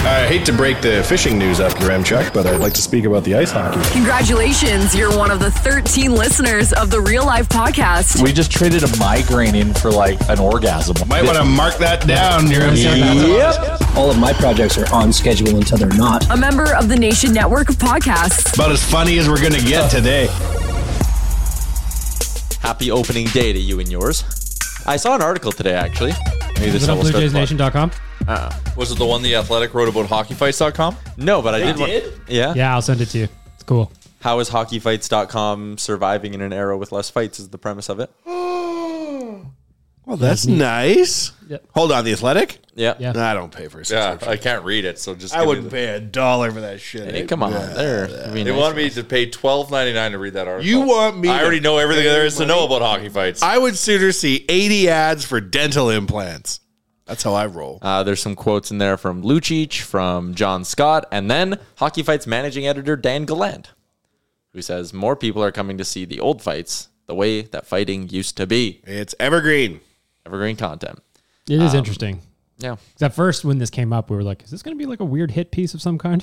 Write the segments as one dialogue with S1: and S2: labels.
S1: I hate to break the fishing news after Ramchak, but I'd like to speak about the ice hockey.
S2: Congratulations, you're one of the 13 listeners of the Real Life Podcast.
S3: We just traded a migraine in for like an orgasm.
S1: Might want to mark that down, Yep.
S4: All of my projects are on schedule until they're not.
S2: A member of the Nation Network of Podcasts.
S1: About as funny as we're going to get today.
S5: Happy opening day to you and yours. I saw an article today, actually. Maybe this
S6: Is it on
S5: will start the clock.
S6: BlueJaysNation.com?
S7: Was it the one the Athletic wrote about hockeyfights.com?
S5: No, but I did. want- yeah.
S6: Yeah, I'll send it to you. It's cool.
S5: How is hockeyfights.com surviving in an era with less fights? Is the premise of it?
S8: Well, that's nice.
S6: Yep.
S8: Hold on, the athletic.
S5: Yeah.
S6: Yeah.
S8: No, I don't pay for a
S7: Yeah,
S8: subscription.
S7: I can't read it, so just
S8: I
S7: give me
S8: wouldn't
S7: the-
S8: pay a dollar for that shit.
S5: Hey,
S8: eh?
S5: come on,
S8: Yeah.
S5: there. It'd be
S7: They
S5: nice.
S7: wanted me to pay twelve ninety nine to read that article.
S8: You want me
S7: I
S8: to
S7: already know everything
S8: pay
S7: there is to know
S8: money?
S7: about hockey fights.
S8: I would sooner see eighty ads for dental implants. That's how I roll.
S5: Uh, there's some quotes in there from Lucic, from John Scott, and then Hockey Fights managing editor Dan Gallant, who says more people are coming to see the old fights, the way that fighting used to be.
S8: It's evergreen.
S5: Evergreen content.
S6: It is interesting.
S5: Um, Yeah.
S6: 'Cause at first, when this came up, we were like, is this going to be like a weird hit piece of some kind?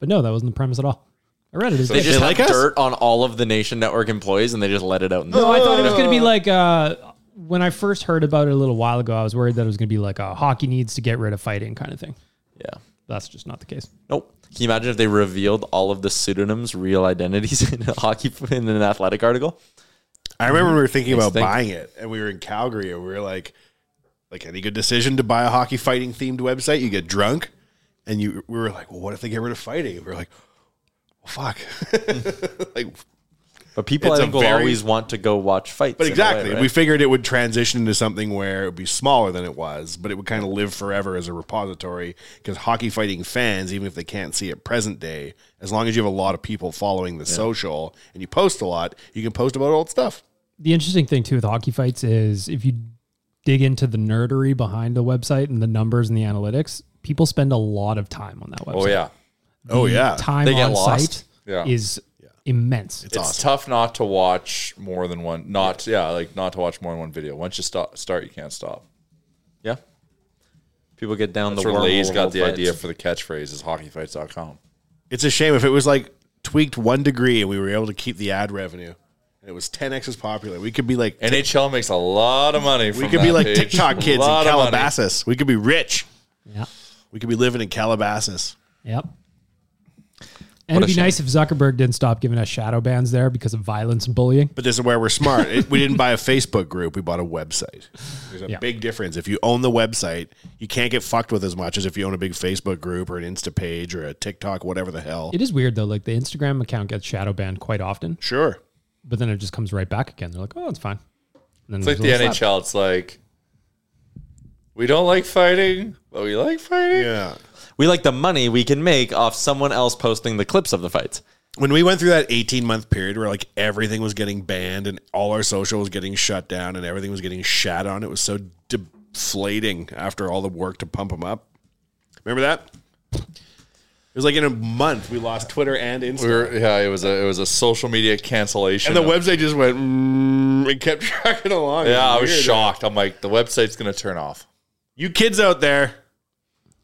S6: But no, that wasn't the premise at all. I read it. as
S5: They just
S8: like
S5: have
S8: us?
S5: dirt on all of the Nation Network employees, and they just let it out. In the-
S6: No, I thought it was going to
S5: Oh.
S6: be like uh, when I first heard about it a little while ago. I was worried that it was going to be like a hockey needs to get rid of fighting kind of thing.
S5: yeah.
S6: That's just not the case.
S5: Nope. Can you imagine if they revealed all of the pseudonyms, real identities in a hockey in an athletic article?
S8: I remember we were thinking about
S5: think.
S8: buying it, and we were in Calgary, and we were like, like any good decision to buy a hockey fighting themed website, you get drunk, and you we were like, well, what if they get rid of fighting? we were like, well, fuck, like,
S5: But people,
S8: It's
S5: I
S8: a
S5: think, will
S8: very-
S5: always want to go watch fights.
S8: but
S5: in a way,
S8: exactly.
S5: right?
S8: We figured it would transition into something where it would be smaller than it was, but it would kind of live forever as a repository because hockey fighting fans, even if they can't see it present day, as long as you have a lot of people following the social and you post a lot, you can post about old stuff.
S6: The interesting thing, too, with hockey fights is if you dig into the nerdery behind the website and the numbers and the analytics, people spend a lot of time on that website.
S7: oh yeah,
S8: Oh yeah,
S6: Time
S5: They get
S6: on
S5: lost.
S6: site
S7: Yeah.
S6: is immense.
S7: it's, tough not to watch more than one. Not yeah, like not to watch more than one video. Once you stop, start, you can't stop.
S5: yeah. People get down
S7: That's
S5: the
S7: where
S5: wormhole
S7: Lay's
S5: of
S7: got
S5: old
S7: the
S5: fights.
S7: idea for the catchphrase is hockeyfights.com.
S8: It's a shame if it was like tweaked one degree and we were able to keep the ad revenue and it was 10x as popular. We could be like
S7: NHL makes a lot of money. From
S8: we could
S7: that
S8: be like
S7: page.
S8: TikTok
S7: A
S8: kids in
S7: lot of money.
S8: Calabasas. We could be rich.
S6: Yeah.
S8: We could be living in Calabasas.
S6: Yep. And it'd be nice if Zuckerberg didn't stop giving us shadow bans there because of violence and bullying.
S8: But this is where we're smart. It- we didn't buy a Facebook group. We bought a website. There's a big difference. If you own the website, you can't get fucked with as much as if you own a big Facebook group or an Insta page or a TikTok, whatever the hell.
S6: It is weird though. Like the Instagram account gets shadow banned quite often.
S8: Sure.
S6: But then it just comes right back again. They're like, oh, it's fine. And then
S7: It's like the
S6: there's a little
S7: NHL.
S6: slap.
S7: It's like we don't like fighting, but we like fighting.
S8: Yeah.
S5: We like the money we can make off someone else posting the clips of the fights.
S8: When we went through that 18 month period where like everything was getting banned and all our social was getting shut down and everything was getting shat on, it was so deflating after all the work to pump them up. Remember that? It was like in a month we lost Twitter and Instagram.
S7: We were, yeah, it was a it was a social media cancellation.
S8: and the website just went mm, and kept tracking along. It
S7: yeah, I was
S8: weird.
S7: shocked. I'm like, the website's gonna turn off.
S8: You kids out there,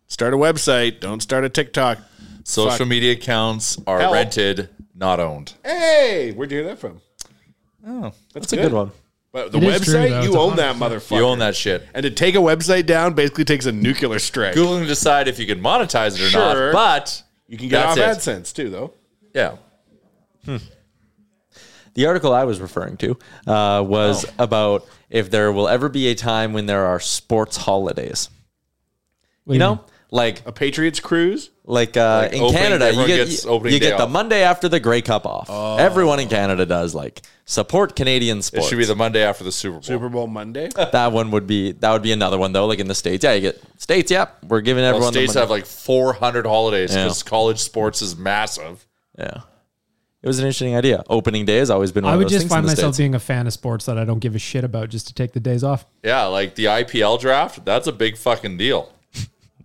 S8: start a website. Don't start a TikTok.
S7: Social
S8: Fuck.
S7: media accounts are
S8: Help.
S7: rented, not owned.
S8: Hey, where'd you hear that from?
S7: Oh, that's,
S8: a good one. But the
S7: It is
S8: website,
S7: true, though. It's
S8: you own that
S7: 100%.
S8: motherfucker.
S7: You own that shit.
S8: And to take a website down basically takes a nuclear strike.
S7: Google can decide if you can monetize it or
S8: Sure.
S7: not, but
S8: You can get off
S7: that's it.
S8: AdSense too, though.
S7: Yeah.
S5: The article I was referring to uh,
S7: Oh.
S5: was about if there will ever be a time when there are sports holidays. you know, like
S8: a Patriots cruise.
S5: Like uh,
S7: Like
S5: in
S7: opening-
S5: Canada, you
S7: everyone
S5: get
S7: gets
S5: you,
S7: opening
S5: you
S7: day
S5: get the
S7: off. Oh.
S5: Monday after the Grey Cup off. Everyone in Canada does like support Canadian sports.
S7: It should be the Monday after the Super Bowl.
S8: Super Bowl Monday.
S5: that one would be that would be another one though. Like in the states, yeah, you get states. Yep, we're giving everyone
S7: Well, states
S5: the
S7: have
S5: Monday-
S7: like 400 holidays
S5: Yeah.
S7: because college sports is massive.
S5: yeah. It was an interesting idea. Opening day has always been. One
S6: I
S5: of
S6: would
S5: those
S6: just
S5: things in
S6: find
S5: the
S6: myself
S5: States.
S6: being a fan of sports that I don't give a shit about just to take the days off.
S7: Yeah, like the IPL draft, that's a big fucking deal.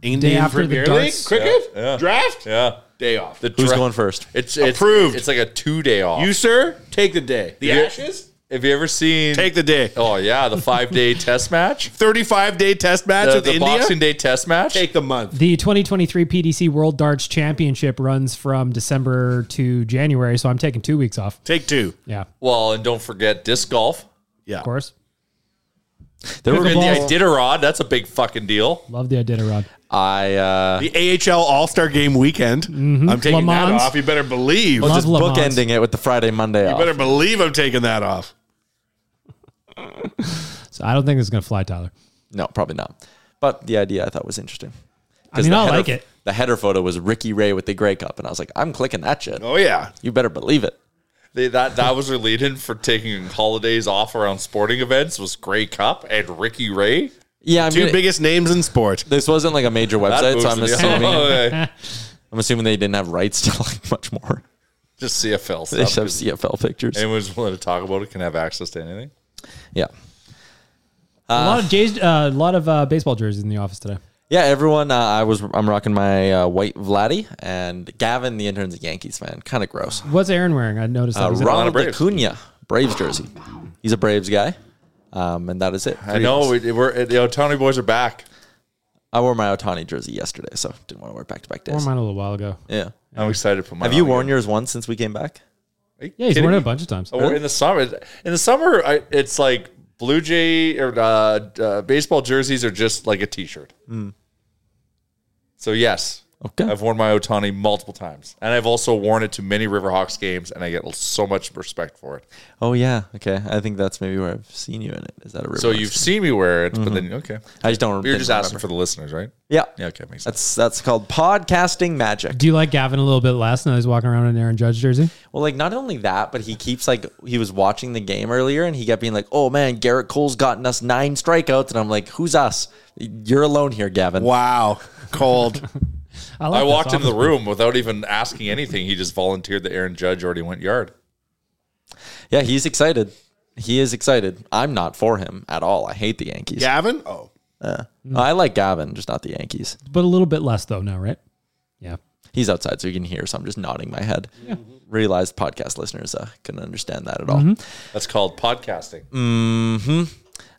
S6: Day after the
S8: Premier
S6: darts.
S8: League cricket
S7: Yeah, yeah.
S8: draft
S7: Yeah.
S8: day off.
S7: The
S5: Who's
S7: dra-
S5: going first?
S7: It's, it's
S8: Approved.
S7: It's like a two day off.
S8: you sir, take the day. The
S7: Yeah.
S8: Ashes,
S7: Have you ever seen?
S8: take the day.
S7: oh yeah, the five day test match,
S8: Thirty-five day test match
S7: the,
S8: with
S7: the
S8: India.
S7: Boxing Day test match.
S8: Take the month.
S6: The 2023 PDC World Darts Championship runs from December to January, so I'm taking two weeks off.
S8: Take two.
S6: Yeah,
S7: well, and don't forget disc golf.
S8: Yeah.
S6: of course.
S5: There were
S7: And the
S6: Ball.
S7: Iditarod, that's a big fucking deal.
S6: Love the Iditarod.
S5: I uh,
S8: The AHL All Star Game weekend.
S5: Mm-hmm.
S8: I'm taking
S6: Le Mans.
S8: that off. You better believe.
S6: Well,
S8: You
S5: just
S6: Love Le Mans.
S5: bookending it with the Friday Monday off.
S8: better believe I'm taking that off.
S6: So I don't think it's going to fly, Tyler.
S5: No, probably not. But the idea I thought was interesting.
S6: I mean,
S5: the
S6: I
S5: header-
S6: like it.
S5: The header photo was Ricky Ray with the Grey Cup, and I was like, I'm clicking that shit.
S8: Oh yeah.
S5: You better believe it.
S7: They, that that was their lead in for taking holidays off around sporting events was Grey Cup and Ricky Ray.
S5: Yeah, I
S8: Two
S5: mean,
S8: biggest names in sport.
S5: this wasn't like a major
S7: That
S5: website,
S7: moves
S5: so I'm
S7: the-
S5: assuming
S7: Oh, okay.
S5: I'm assuming they didn't have rights to like much more.
S7: just CFL
S5: They just have
S7: stuff.
S5: CFL pictures.
S7: Anyone who's willing to talk about it can have access to anything.
S5: Yeah,
S6: a lot of Jays, uh, a lot of uh, baseball jerseys in the office today.
S5: yeah. Everyone, uh, I was I'm rocking my uh, white Vladdy, and Gavin, the intern's a Yankees fan. Kind of gross.
S6: What's Aaron wearing? I noticed that.
S5: Uh,
S6: He's in-
S5: Ronald
S7: Braves.
S5: Acuna, Braves jersey. He's a Braves guy, um, and that is it. Three
S7: I
S5: of us.
S7: know we, we're the Otani boys are back.
S5: I wore my Otani jersey yesterday, so didn't want to wear back to back
S6: I wore
S5: days.
S6: mine a little while ago.
S5: Yeah.
S7: I'm excited for my.
S5: Have you worn yours once since we came back?
S6: Yeah, he's worn it a bunch of times.
S7: Oh, in the summer, in the summer, I, it's like Blue Jay or uh, uh, baseball jerseys are just like a T-shirt.
S5: Hmm.
S7: So yes,
S5: Okay.
S7: I've worn my Otani multiple times, and I've also worn it to many Riverhawks games, and I get so much respect for it.
S5: Oh yeah. Okay. I think that's maybe where I've seen you in it. Is that a river?
S7: So you've seen me wear it, but then okay,
S5: I just don't.
S7: you're
S5: didn't
S7: just
S5: remember.
S7: asking for the listeners, right?
S5: Yeah.
S7: Yeah, okay, makes
S5: That's
S7: sense.
S5: that's called podcasting magic.
S6: Do you like Gavin a little bit less now? He's walking around in an Aaron Judge jersey.
S5: Well, like not only that, but he keeps like he was watching the game earlier and he kept being like, "Oh man, Garrett Cole's gotten us nine strikeouts," and I'm like, "Who's us? You're alone here, Gavin."
S8: Wow. Cold.
S6: like
S7: I
S6: this
S7: walked into the
S6: office.
S7: room without even asking anything. He just volunteered that Aaron Judge already went yard.
S5: Yeah, he's excited. He is excited. I'm not for him at all. I hate the Yankees.
S8: Gavin? Oh.
S5: I like Gavin, just not the Yankees.
S6: but a little bit less though now, right? Yeah.
S5: He's outside, so you can hear. So I'm just nodding my head. Realized podcast listeners uh, couldn't understand that at all.
S7: That's called podcasting.
S8: Mm.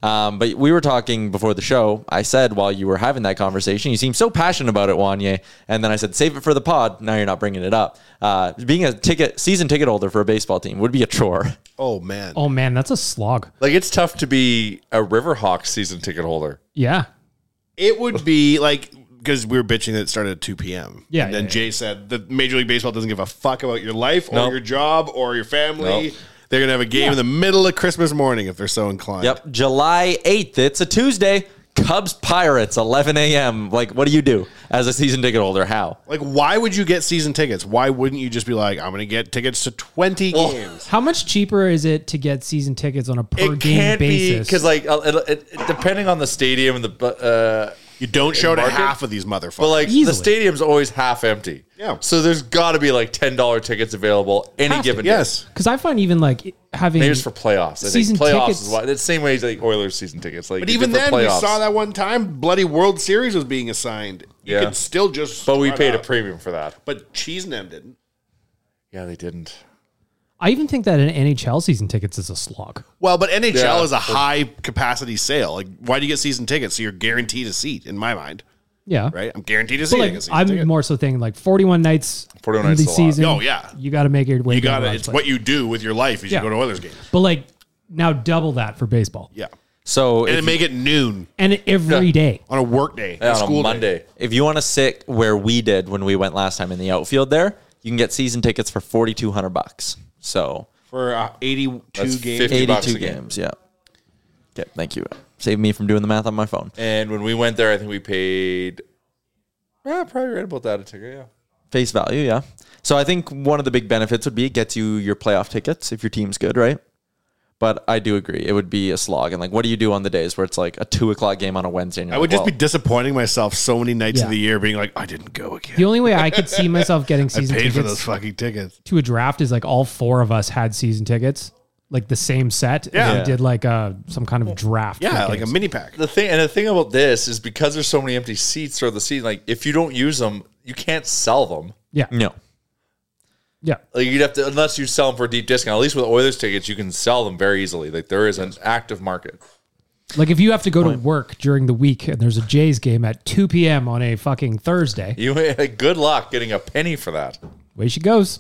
S5: Um, but we were talking before the show. I said while you were having that conversation, you seem so passionate about it, Wanye. And then I said, save it for the pod. Now you're not bringing it up. Uh, being a ticket season ticket holder for a baseball team would be a chore.
S8: Oh man.
S6: Oh man, that's a slog.
S7: Like it's tough to be a Riverhawks season ticket holder.
S6: Yeah.
S8: It would be like because we were bitching that it started at 2 p.m.
S6: Yeah,
S8: And then
S6: yeah, yeah.
S8: Jay said the Major League Baseball doesn't give a fuck about your life or
S7: Nope.
S8: your job or your family.
S7: Nope.
S8: They're gonna have a game in the middle of Christmas morning if they're so inclined.
S9: Yep, July 8th. It's a Tuesday. Cubs Pirates, 11 a.m. Like, what do you do as a season ticket holder? How?
S8: Like, why would you get season tickets? Why wouldn't you just be like, I'm gonna get tickets to 20 games?
S6: How much cheaper is it to get season tickets on a per
S7: it
S6: game
S7: can't be
S6: basis?
S7: because like uh, it, it, it- depending on the stadium and the uh,
S8: you don't show
S7: to
S8: to half of these motherfuckers.
S7: But like the stadium's always half empty.
S8: Yeah.
S7: So there's got to be like ten dollar tickets available any
S6: Have to.
S7: given day.
S8: Yes.
S6: Because I find even like having
S7: Maybe it's for playoffs. I
S6: Season
S7: think playoffs
S6: tickets-
S7: is why. It's the same way as like Oilers season tickets. Like
S8: But
S7: you
S8: even
S7: did
S8: then,
S7: for
S8: we
S7: playoffs.
S8: saw that one time bloody World Series was being assigned. You
S7: Yeah.
S8: could still just.
S7: But we
S8: run
S7: paid a
S8: up.
S7: premium for that.
S8: But Cheese Nem didn't.
S7: Yeah, they didn't.
S6: I even think that an NHL season tickets is a slog.
S8: Well, but NHL
S7: Yeah.
S8: is a high capacity sale. Like, why do you get season tickets? So you're guaranteed a seat. In my mind,
S6: Yeah.
S8: right? I'm guaranteed a
S6: But,
S8: seat. I
S6: like,
S8: get a season
S6: I'm
S8: ticket.
S6: more so thinking like 41 nights
S7: 41
S6: in
S7: nights
S6: the
S7: is a lot.
S6: season.
S8: Oh, yeah.
S6: You got to make your way.
S8: You
S6: down
S8: got
S6: the
S8: it. It's
S6: line.
S8: what you do with your life is
S6: Yeah.
S8: you go to Oilers games.
S6: But like now double that for baseball.
S8: Yeah,
S9: So,
S8: and
S9: if
S8: then make it noon
S6: And every day.
S8: on a work day,
S7: Yeah,
S8: a
S7: on a
S8: school day.
S7: Monday.
S9: If you want to sit where we did when we went last time in the outfield there, you can get season tickets for 4200 bucks. So,
S8: for uh, 82
S7: That's
S8: games.
S7: 50
S9: 82
S7: bucks a game.
S9: games, yeah. Okay, thank you. Save me from doing the math on my phone.
S7: And when we went there, I think we paid. Yeah, probably right about that a ticket. Yeah.
S9: Face value, yeah. So I think one of the big benefits would be it gets you your playoff tickets if your team's good, right? But I do agree, it would be a slog. And like, what do you do on the days where it's like a two o'clock game on a Wednesday? And
S8: I would just
S9: be
S8: be disappointing myself so many nights
S6: Yeah.
S8: of the year, being like, I didn't go again.
S6: The only way I could see myself getting
S8: I paid
S6: season
S8: for those
S6: tickets
S8: fucking tickets.
S6: to a draft is like all four of us had season tickets, like the same set. and
S8: Yeah.
S6: they did like a some kind of draft. for
S8: Yeah, like a
S6: games.
S8: mini pack.
S7: The thing and the thing about this is because there's so many empty seats throughout the season. Like if you don't use them, you can't sell them.
S6: Yeah,
S9: No.
S6: yeah.
S7: Like you'd have to unless you sell them for a deep discount. At least with Oilers tickets, you can sell them very easily. Like there is an active market.
S6: Like if you have to go to work during the week and there's a Jays game at 2 p.m. on a fucking Thursday,
S7: You good luck getting a penny for that,
S6: away she goes.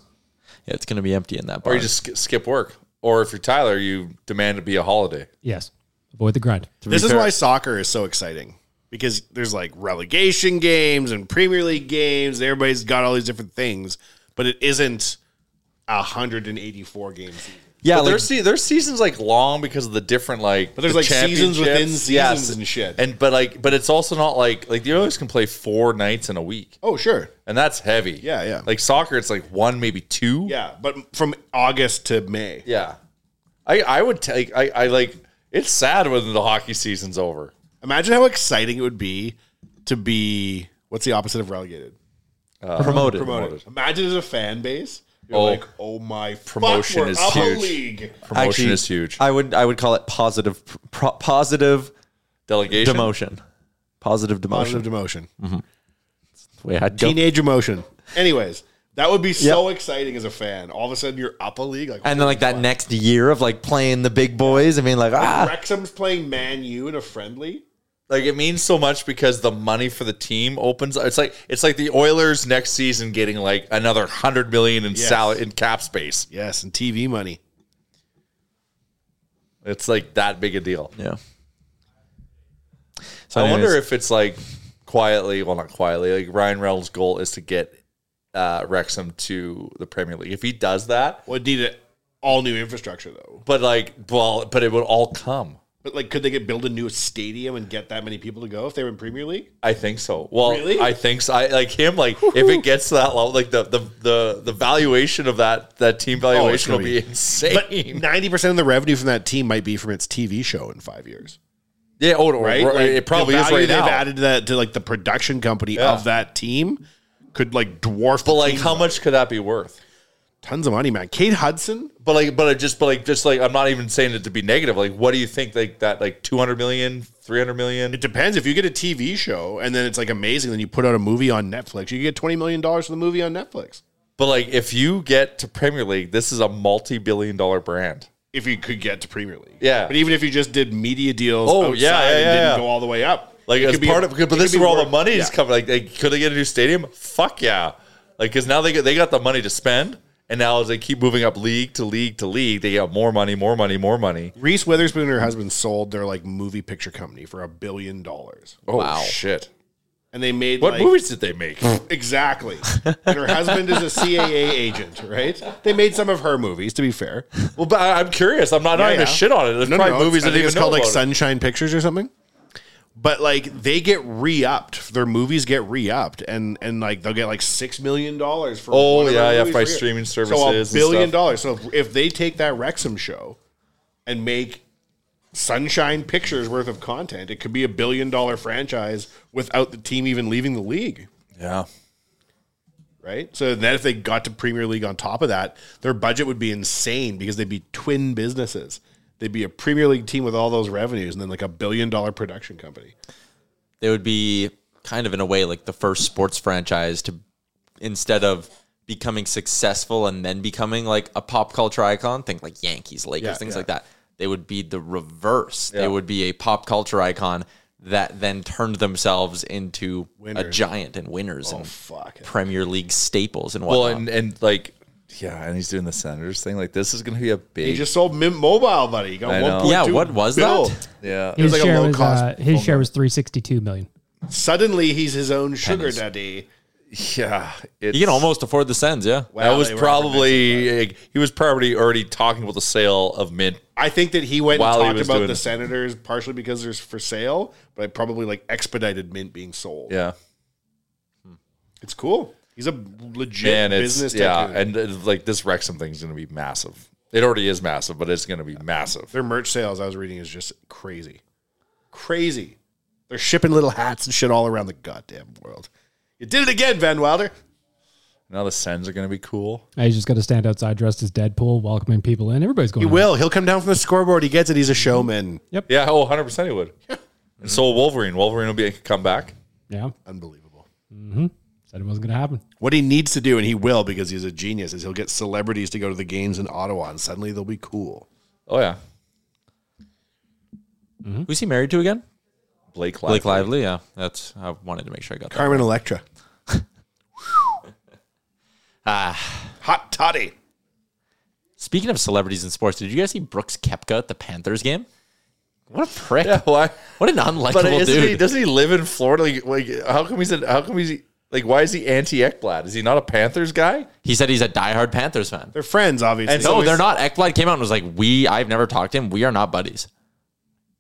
S9: Yeah, it's going to be empty in that
S7: or
S9: bar.
S7: you just sk- skip work. Or if you're Tyler, you demand it be a holiday.
S6: Yes, avoid the grind.
S8: This is why soccer is so exciting because there's like relegation games and Premier League games. Everybody's got all these different things, but it isn't a 184 game season.
S9: yeah,
S7: but
S9: like,
S7: their, se- their season's like long because of the different like.
S8: But there's,
S7: the
S8: like, seasons within
S7: championships.
S8: seasons and shit.
S7: And but like, but it's also not like like the Oilers can play four nights in a week,
S8: Oh, sure.
S7: and that's heavy.
S8: Yeah, yeah.
S7: Like soccer, it's like one maybe two.
S8: Yeah, but from August to May.
S7: yeah. I I would take I I like it's sad when the hockey season's over.
S8: Imagine how exciting it would be to be what's the opposite of relegated?
S9: promoted.
S8: Promoted. Imagine as a fan base. You're
S7: Oh.
S8: like, oh my
S7: Promotion
S8: fuck, we're
S7: is
S8: up
S7: huge.
S8: A league.
S7: Promotion
S9: Actually,
S7: is huge.
S9: I would I would call it positive pro, positive
S7: Delegation.
S9: demotion. Positive demotion.
S8: Positive demotion.
S9: Wait, I'd go.
S8: Um, Teenage emotion. Anyways, that would be so exciting as a fan. All of a sudden, you're up a league. Like,
S9: and then like that next year of like playing the big boys. I mean, like ah,
S8: Wrexham's playing Man U in a friendly.
S7: Like it means so much because the money for the team opens. It's like it's like the Oilers next season getting like another hundred million in
S8: Yes.
S7: salary in cap space.
S8: Yes, and TV money.
S7: It's like that big a deal.
S9: yeah. So
S7: I wonder
S9: anyways,
S7: if it's like quietly, well, not quietly. Like Ryan Reynolds' goal is to get uh, Wrexham to the Premier League. If he does that,
S8: Would need a, all new infrastructure though.
S7: but like, well, but it would all come.
S8: But like, could they get build a new stadium and get that many people to go if they were in Premier League?
S7: I think so. Well,
S8: Really?
S7: I think so. I like him. Like if it gets to that level, like the the the, the valuation of that that team valuation
S8: Oh, gonna
S7: will
S8: be-
S7: be insane.
S8: But ninety percent of the revenue from that team might be from its TV show in five years,
S7: Yeah, oh, no,
S8: right?
S7: right.
S8: Like,
S7: it probably
S8: the
S7: is
S8: value
S7: right now.
S8: They've added that to like the production company
S7: Yeah.
S8: of that team could like dwarf. the
S7: but like,
S8: team.
S7: how much could that be worth?
S8: Tons of money, man. Kate Hudson.
S7: But like, but I just, but like, just like, I'm not even saying it to be negative. Like, what do you think? Like that, like 200 million, 300 million.
S8: It depends. If you get a TV show and then it's like amazing, then you put out a movie on Netflix, you get twenty million dollars for the movie on Netflix.
S7: But like, if you get to Premier League, this is a multi-billion-dollar brand.
S8: if you could get to Premier League.
S7: Yeah.
S8: But even if you just did media deals
S7: Oh,
S8: outside
S7: yeah, yeah,
S8: and
S7: yeah,
S8: didn't
S7: yeah.
S8: go all the way up.
S7: Like
S8: it
S7: as
S8: could be-
S7: part of, but
S8: it
S7: this
S8: could
S7: is
S8: be
S7: where all the
S8: worth-
S7: money is
S8: yeah.
S7: coming. Like, they, could they get a new stadium? Fuck yeah! Like, because now they get, they got the money to spend, and now as they keep moving up league to league to league, they get more money, more money, more money.
S8: Reese Witherspoon and her husband sold their like movie picture company for a billion dollars.
S7: Oh shit!
S8: and they made
S7: What
S8: like-
S7: movies did they make?
S8: exactly. And her husband is a CAA agent, right? They made some of her movies, to be fair.
S7: Well, but I, I'm curious. I'm not.
S8: Yeah,
S7: not even
S8: yeah.
S7: shit on it. There's
S8: No, no,
S7: probably
S8: no,
S7: movies
S8: I
S7: that
S8: think
S7: even
S8: it's
S7: know
S8: called like
S7: about it.
S8: Sunshine Pictures or something. But like they get re-upped, their movies get re-upped, and and like they'll get like six million dollars for.
S7: Oh,
S8: one of their
S7: yeah, yeah,
S8: movies
S7: by
S8: per year.
S7: streaming
S8: So a
S7: services and
S8: billion
S7: stuff.
S8: dollars. So if, if they take that Wrexham show and make Sunshine Pictures worth of content, it could be a billion dollar franchise without the team even leaving the league
S7: Yeah.
S8: right? So then if they got to Premier League on top of that, their budget would be insane because they'd be twin businesses. They'd be a Premier League team with all those revenues and then like a billion dollar production company.
S5: they would be kind of in a way like the first sports franchise to instead of becoming successful and then becoming like a pop culture icon think like yankees lakers
S7: Yeah,
S5: things
S7: yeah.
S5: like that they would be the reverse
S7: Yeah.
S5: they would be a pop culture icon that then turned themselves into a
S7: Winners.
S5: giant and winners and
S8: fuck
S5: premier league staples and whatnot
S7: Well, and and like, yeah, and he's doing the Senators thing. Like, this is going to be a big.
S8: He just sold Mint Mobile, buddy. He
S7: I
S8: got
S7: know.
S8: one.
S7: Yeah, what was
S8: bill.
S7: that? Yeah.
S8: it was
S6: His
S8: like a
S6: share
S8: low
S6: was
S8: cost.
S6: uh, his share was three sixty two million.
S8: Suddenly he's his own sugar
S5: Pennies.
S8: daddy.
S7: Yeah, it's,
S5: you can almost afford the sends yeah
S8: Wow,
S7: that was
S8: they were
S7: probably he was probably already talking about the sale of Mint.
S8: I think that he went
S7: While he
S8: and
S7: was
S8: talked about
S7: doing
S8: the
S7: it.
S8: Senators partially because there's for sale, but probably like expedited Mint being sold.
S7: Yeah,
S8: It's cool. He's a legit
S7: and
S8: business
S7: it's yeah,
S8: tycoon.
S7: and it's like this Wrexham thing's going to be massive. It already is massive, but it's going to be massive.
S8: Their merch sales, I was reading, is just crazy. Crazy. They're shipping little hats and shit all around the goddamn world. You did it again, Van Wilder.
S7: Now the Sens are going to be cool.
S6: I just got to stand outside dressed as Deadpool, welcoming people in. Everybody's
S8: He
S6: going.
S8: will. He'll come down from the scoreboard. He gets it. He's a showman.
S7: Yeah, oh, 100 percent he would. And so will Wolverine, Wolverine will be come back.
S6: Yeah,
S8: Unbelievable.
S6: hmm said it wasn't going to happen.
S8: What he needs to do, and he will because he's a genius, is he'll get celebrities to go to the games in Ottawa and suddenly they'll be cool.
S7: Oh yeah,
S5: who's he married to again
S7: Blake Lively.
S5: blake lively yeah that's i wanted to make sure i got that
S8: Carmen Electra.
S5: ah
S8: Hot toddy.
S5: Speaking of celebrities in sports, did you guys see Brooks Kepka at the Panthers game? What a prick!
S7: Yeah, why?
S5: What an
S7: But
S5: unlikable
S7: isn't he,
S5: dude.
S7: doesn't he live in Florida? Like, like how come he's a, how come he's like why is he anti Ekblad? Is he not a Panthers guy?
S5: He said he's a diehard Panthers fan.
S8: They're friends, obviously.
S5: And no, they're not. Ekblad came out and was like, "We, I've never talked to him. We are not buddies."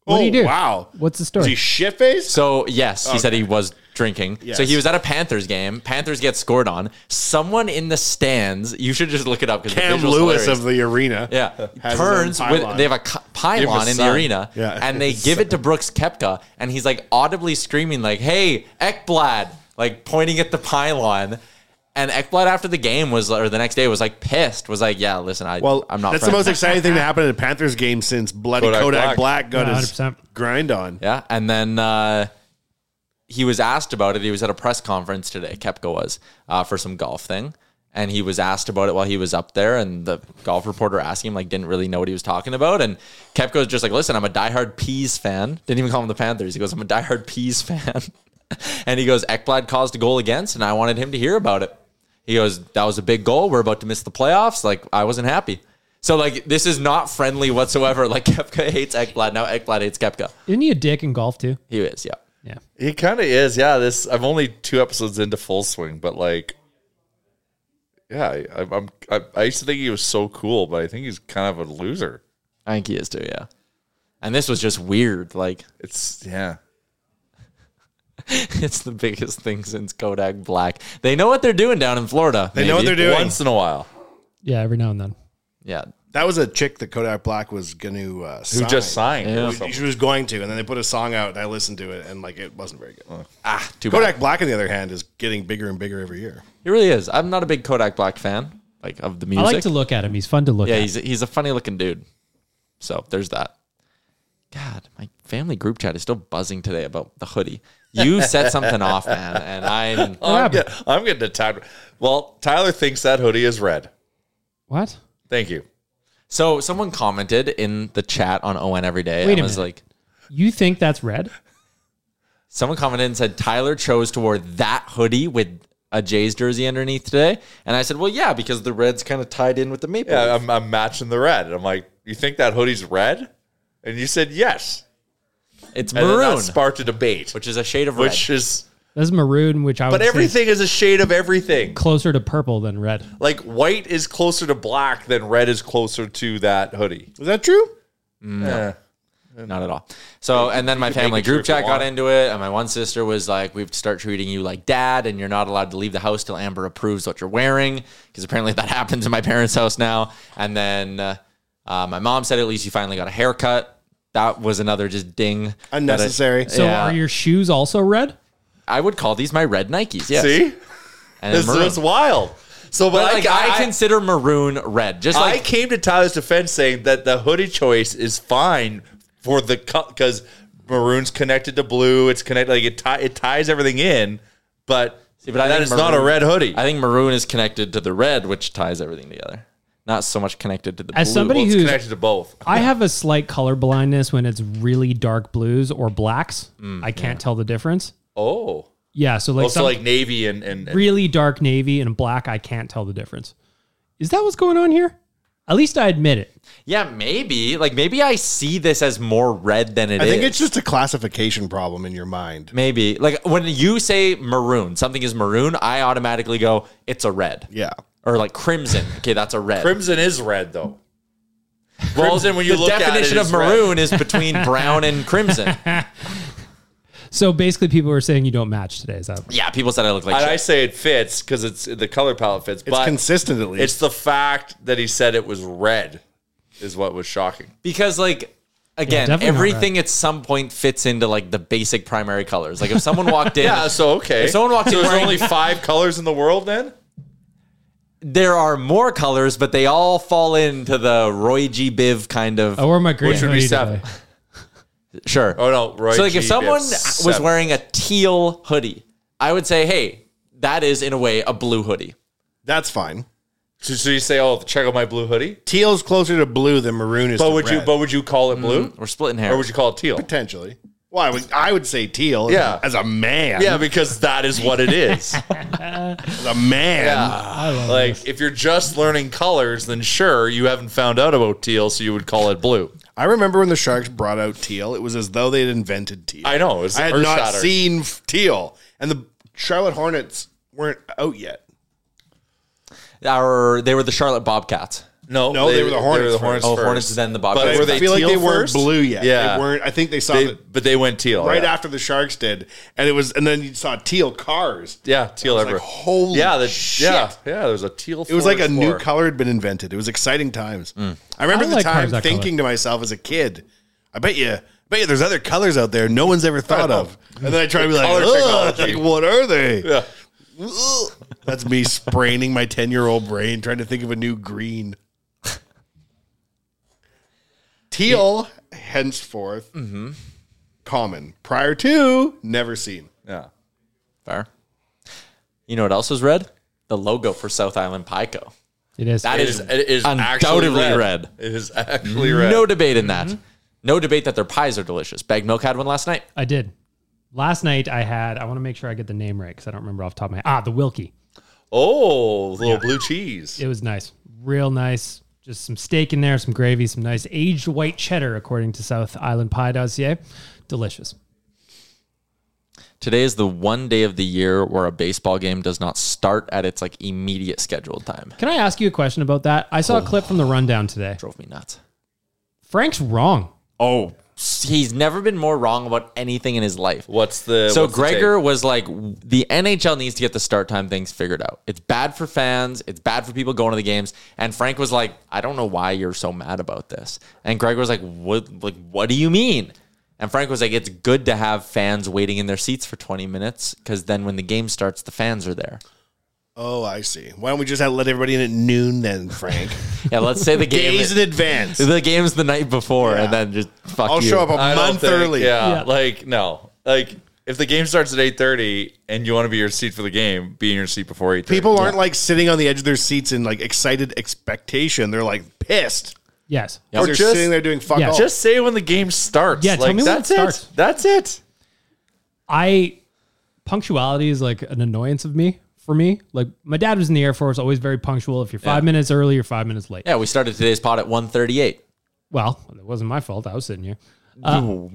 S6: What do you do?
S8: Oh, Wow.
S6: What's the
S8: Is
S6: story?
S8: he shit faced?
S5: So yes, he said he was drinking. So
S8: Yes.
S5: he was at a Panthers game. Panthers get scored on. Someone in the stands. You should just look it up because
S8: Cam Lewis of the arena.
S5: Yeah,
S8: Has his
S5: turns
S8: own
S5: with
S8: pylon.
S5: they have a cu- pylon in the
S7: sign.
S5: arena,
S8: Yeah.
S5: and they give it to Brooks Kepka, and he's like audibly screaming like, "Hey, Ekblad!" like pointing at the pylon. And Ekblad after the game was, or the next day was like pissed. Was like, "Yeah, listen, I,
S8: Well,
S5: I'm not."
S8: That's the
S5: friends."
S8: most exciting thing that happened in a Panthers game since bloody Kodak,
S7: Kodak
S8: Black.
S7: Black.
S8: got
S6: Yeah,
S8: his
S6: 100%.
S8: grind on.
S5: Yeah, and then uh, he was asked about it. He was at a press conference today. Kepka was uh, for some golf thing, and he was asked about it while he was up there. And the golf reporter asking him like didn't really know what he was talking about. And Kepka was just like, "Listen, I'm a diehard Peas fan." Didn't even call him the Panthers. He goes, "I'm a diehard Peas fan," and he goes, "Ekblad caused a goal against, and I wanted him to hear about it." He goes, "That was a big goal. We're about to miss the playoffs. Like I wasn't happy." So like this is not friendly whatsoever. Like Kepka hates Ekblad. Now Ekblad hates Kepka.
S6: Isn't he a dick in golf too?
S5: He is, yeah.
S6: Yeah.
S7: He kind of is. Yeah, this I'm only two episodes into Full Swing, but like, yeah, I, I'm- I'm I, I used to think he was so cool, but I think he's kind of a loser.
S5: I think he is too, yeah. And this was just weird. Like
S7: It's yeah.
S5: it's the biggest thing since Kodak Black. They know what they're doing down in Florida.
S8: They know what they're
S5: maybe.
S8: doing.
S7: Once in a while,
S6: Yeah, every now and then.
S5: Yeah.
S8: That was a chick that Kodak Black was going to uh,
S7: who
S8: sign.
S7: just signed?
S5: Yeah.
S7: or
S8: She-
S7: something.
S8: She was going to, and then they put a song out, and I listened to it, and like it wasn't very good.
S5: Ah, too bad.
S8: Kodak Black, on the other hand, is getting bigger and bigger every year.
S5: He really is. I'm not a big Kodak Black fan, like of the
S6: I
S5: music.
S6: like to look at him. He's fun to look
S5: yeah,
S6: at.
S5: he's he's a funny looking dude. So there's that. God, my family group chat is still buzzing today about the hoodie. You set something off, man, and I'm
S7: Oh, I'm, get, I'm getting attacked. Well, Tyler thinks that hoodie is red.
S6: what?
S7: Thank you.
S5: so someone commented in the chat on ON every day.
S6: Wait
S5: and
S6: a
S5: was
S6: minute.
S5: like,
S6: You think that's red?
S5: Someone commented and said Tyler chose to wear that hoodie with a Jays jersey underneath today, and I said, "Well, yeah, because the red's kind of tied in with the maple."
S7: Yeah,
S5: leaf."
S7: I'm, I'm matching the red. And I'm like, you think that hoodie's red? And you said yes.
S5: it's
S7: And then
S5: maroon,
S7: that sparked a debate,
S5: which is a shade of red.
S7: which is
S6: That's maroon, which I would
S7: But everything is a shade of everything.
S6: closer to purple than red.
S7: Like white is closer to black than red is closer to that hoodie.
S8: Is that true?
S7: Yeah.
S5: Not at all. So, and then my
S7: could make
S5: family
S7: it true
S5: group
S7: if you
S5: chat got
S7: want.
S5: into it, and my one sister was like, "We have to start treating you like dad, and you're not allowed to leave the house till Amber approves what you're wearing." Because apparently that happens in my parents' house now. And then uh, uh, my mom said, "At least you finally got a haircut." That was another just ding. that I-
S8: Unnecessary.
S6: So
S5: yeah.
S6: are your shoes also red?
S5: I would call these my red Nikes. Yes.
S7: See?
S5: And
S7: This
S5: maroon.
S7: is wild. So, but,
S5: But like, I,
S7: I, I,
S5: consider maroon red. Just like
S7: I came to Tyler's defense saying that the hoodie choice is fine for the cut because maroon's connected to blue. It's connected like it, tie, it ties everything in, but,
S5: but I
S7: that
S5: think
S7: is not a
S5: maroon-
S7: red hoodie.
S5: I think maroon is connected to the red, which ties everything together. Not so much connected to the
S6: As
S5: blue.
S6: somebody
S7: Well, it's
S6: who's-
S7: connected to both.
S6: I have a slight color blindness when it's really dark blues or blacks. I can't tell the difference.
S7: Oh,
S6: Yeah, so like
S7: Mm, also
S6: some
S7: like navy and and, and
S6: really dark navy and black, I can't tell the difference. Is that what's going on here? At least I admit it.
S5: Yeah, maybe. Like maybe I see this as more red than it is.
S8: I think it's just a classification problem in your mind.
S5: maybe. Like when you say maroon, something is maroon, I automatically go, it's a red.
S8: Yeah.
S5: Or like crimson. Okay, that's a red.
S7: crimson is red though. Crimson when you
S5: the
S7: look at it,
S5: definition
S7: it's
S5: of
S7: red.
S5: maroon is between brown and crimson.
S6: So basically, people are saying you don't match today. Is that
S5: Yeah, people said I look like
S7: And
S5: shit.
S7: I say it fits because it's the color palette fits.
S8: It's
S7: but
S8: consistent at least.
S7: It's the fact that he said it was red is what was shocking.
S5: because like again,
S6: definitely not
S5: everything at some point fits into like the basic primary colors. Like if someone walked in,
S7: Yeah, so okay.
S5: If someone walked
S7: so
S5: in
S7: there's
S5: wearing-
S7: only five colors in the world then?
S5: there are more colors, but they all fall into the Roy G. Biv kind of
S6: I wore my green
S7: Which would be
S6: hoodie
S7: seven.
S6: today.
S5: Sure.
S7: Oh, no, Roy
S5: so like
S7: G
S5: if someone
S7: gets
S5: was
S7: seven.
S5: wearing a teal hoodie, I would say, hey, that is in a way a blue hoodie.
S8: That's fine.
S7: So, so you say, oh, check out my blue hoodie.
S8: Teal's closer to blue than maroon is.
S7: But
S8: to
S7: would you
S8: red.
S7: but would you call it blue?
S5: We're splitting hairs.
S7: Or would you call it teal?
S8: potentially? Well, I would. I would say teal. as-
S7: Yeah.
S8: As a man.
S7: Yeah, because that is what it is.
S8: As a man.
S7: like if you're just learning colors, then sure, you haven't found out about teal, so you would call it blue.
S8: I remember when the Sharks brought out teal. It was as though they had invented teal.
S7: I know. It's
S8: I had not
S7: earth-shattering.
S8: seen f- teal, and the Charlotte Hornets weren't out yet.
S5: Our, they were the Charlotte Bobcats.
S7: No,
S8: No, they were the Hornets first.
S5: Oh,
S7: first.
S5: Hornets then the
S7: But
S5: Bobcats.
S7: were
S8: I
S7: they
S8: feel like
S7: teal
S8: they weren't
S7: first?
S8: blue yet.
S7: Yeah.
S8: They weren't. I think they saw
S7: They-
S8: the,
S7: but they went teal
S8: right
S7: yeah.
S8: after the Sharks did, and it was, and then you saw teal cars.
S7: Yeah, teal
S8: was
S7: everywhere.
S8: like, holy
S7: yeah, the,
S8: shit.
S7: yeah, yeah. There was a teal.
S8: It was like a
S7: forest
S8: new
S7: floor.
S8: color had been invented. It was exciting times.
S7: Mm.
S8: I remember
S6: I
S8: the
S6: like
S8: time
S6: cars that
S8: thinking to myself as a kid, I bet you, I bet you, there's other colors out there no one's ever thought of. And then I try to be like,
S7: Color
S8: "Ugh,"
S7: technology.
S8: like, what are they?
S7: Yeah.
S8: Ugh. That's me spraining my ten year old brain trying to think of a new green. Teal, henceforth,
S7: Mm-hmm.
S8: common. Prior to, never seen.
S7: Yeah.
S5: Fair. You know what else was red? The logo for South Island Pico.
S6: It is.
S5: That
S7: It
S5: is
S7: is. It is actually
S5: undoubtedly
S7: red.
S5: red.
S7: It is actually red.
S5: No debate in that. No debate that their pies are delicious. Bag Milk had one last night.
S6: I did. Last night I had. I want to make sure I get the name right because I don't remember off the top of my ah the Wilkie.
S7: oh, little blue cheese.
S6: It was nice, real nice. Just some steak in there, some gravy, some nice aged white cheddar, according to South Island Pie.ca. Delicious.
S5: Today is the one day of the year where a baseball game does not start at its like immediate scheduled time.
S6: Can I ask you a question about that? I saw a clip from the rundown today.
S5: Drove me nuts.
S6: Frank's wrong.
S5: Oh, he's never been more wrong about anything in his life.
S7: What's the
S5: So
S7: what's the
S5: Gregor
S7: take?
S5: was like, the NHL needs to get the start time things figured out. It's bad for fans. It's bad for people going to the games. And Frank was like, I don't know why you're so mad about this. And Gregor was like, what? Like, what do you mean? And Frank was like, it's good to have fans waiting in their seats for 20 minutes because then when the game starts, the fans are there.
S8: Oh, I see. Why don't we just have, let everybody in at noon then, Frank?
S5: Yeah, let's say the game.
S8: Days in advance.
S5: the game's the night before,
S8: Yeah.
S5: and then just fuck
S8: I'll
S5: you.
S8: show up a
S7: I don't
S8: month
S7: think-
S8: early.
S7: Yeah,
S6: Yeah.
S7: Like no. Like if the game starts at eight thirty and you want to be in your seat for the game, be in your seat before eight thirty.
S8: People aren't like sitting on the edge of their seats in like excited expectation. They're like pissed.
S6: Yes.
S8: Or
S7: Or
S8: they're
S7: just-
S8: sitting there doing fuck
S6: Yeah.
S8: all.
S7: just say when the game starts.
S6: Yeah, tell
S7: like,
S6: me when it
S7: that's it.
S6: starts.
S7: That's it.
S6: I punctuality is like an annoyance of me for me. Like my dad was in the Air Force, always very punctual. If you're five minutes early, you're five minutes late.
S5: Yeah, we started today's pod at 138.
S6: Well, it wasn't my fault. I was sitting here.
S5: Uh,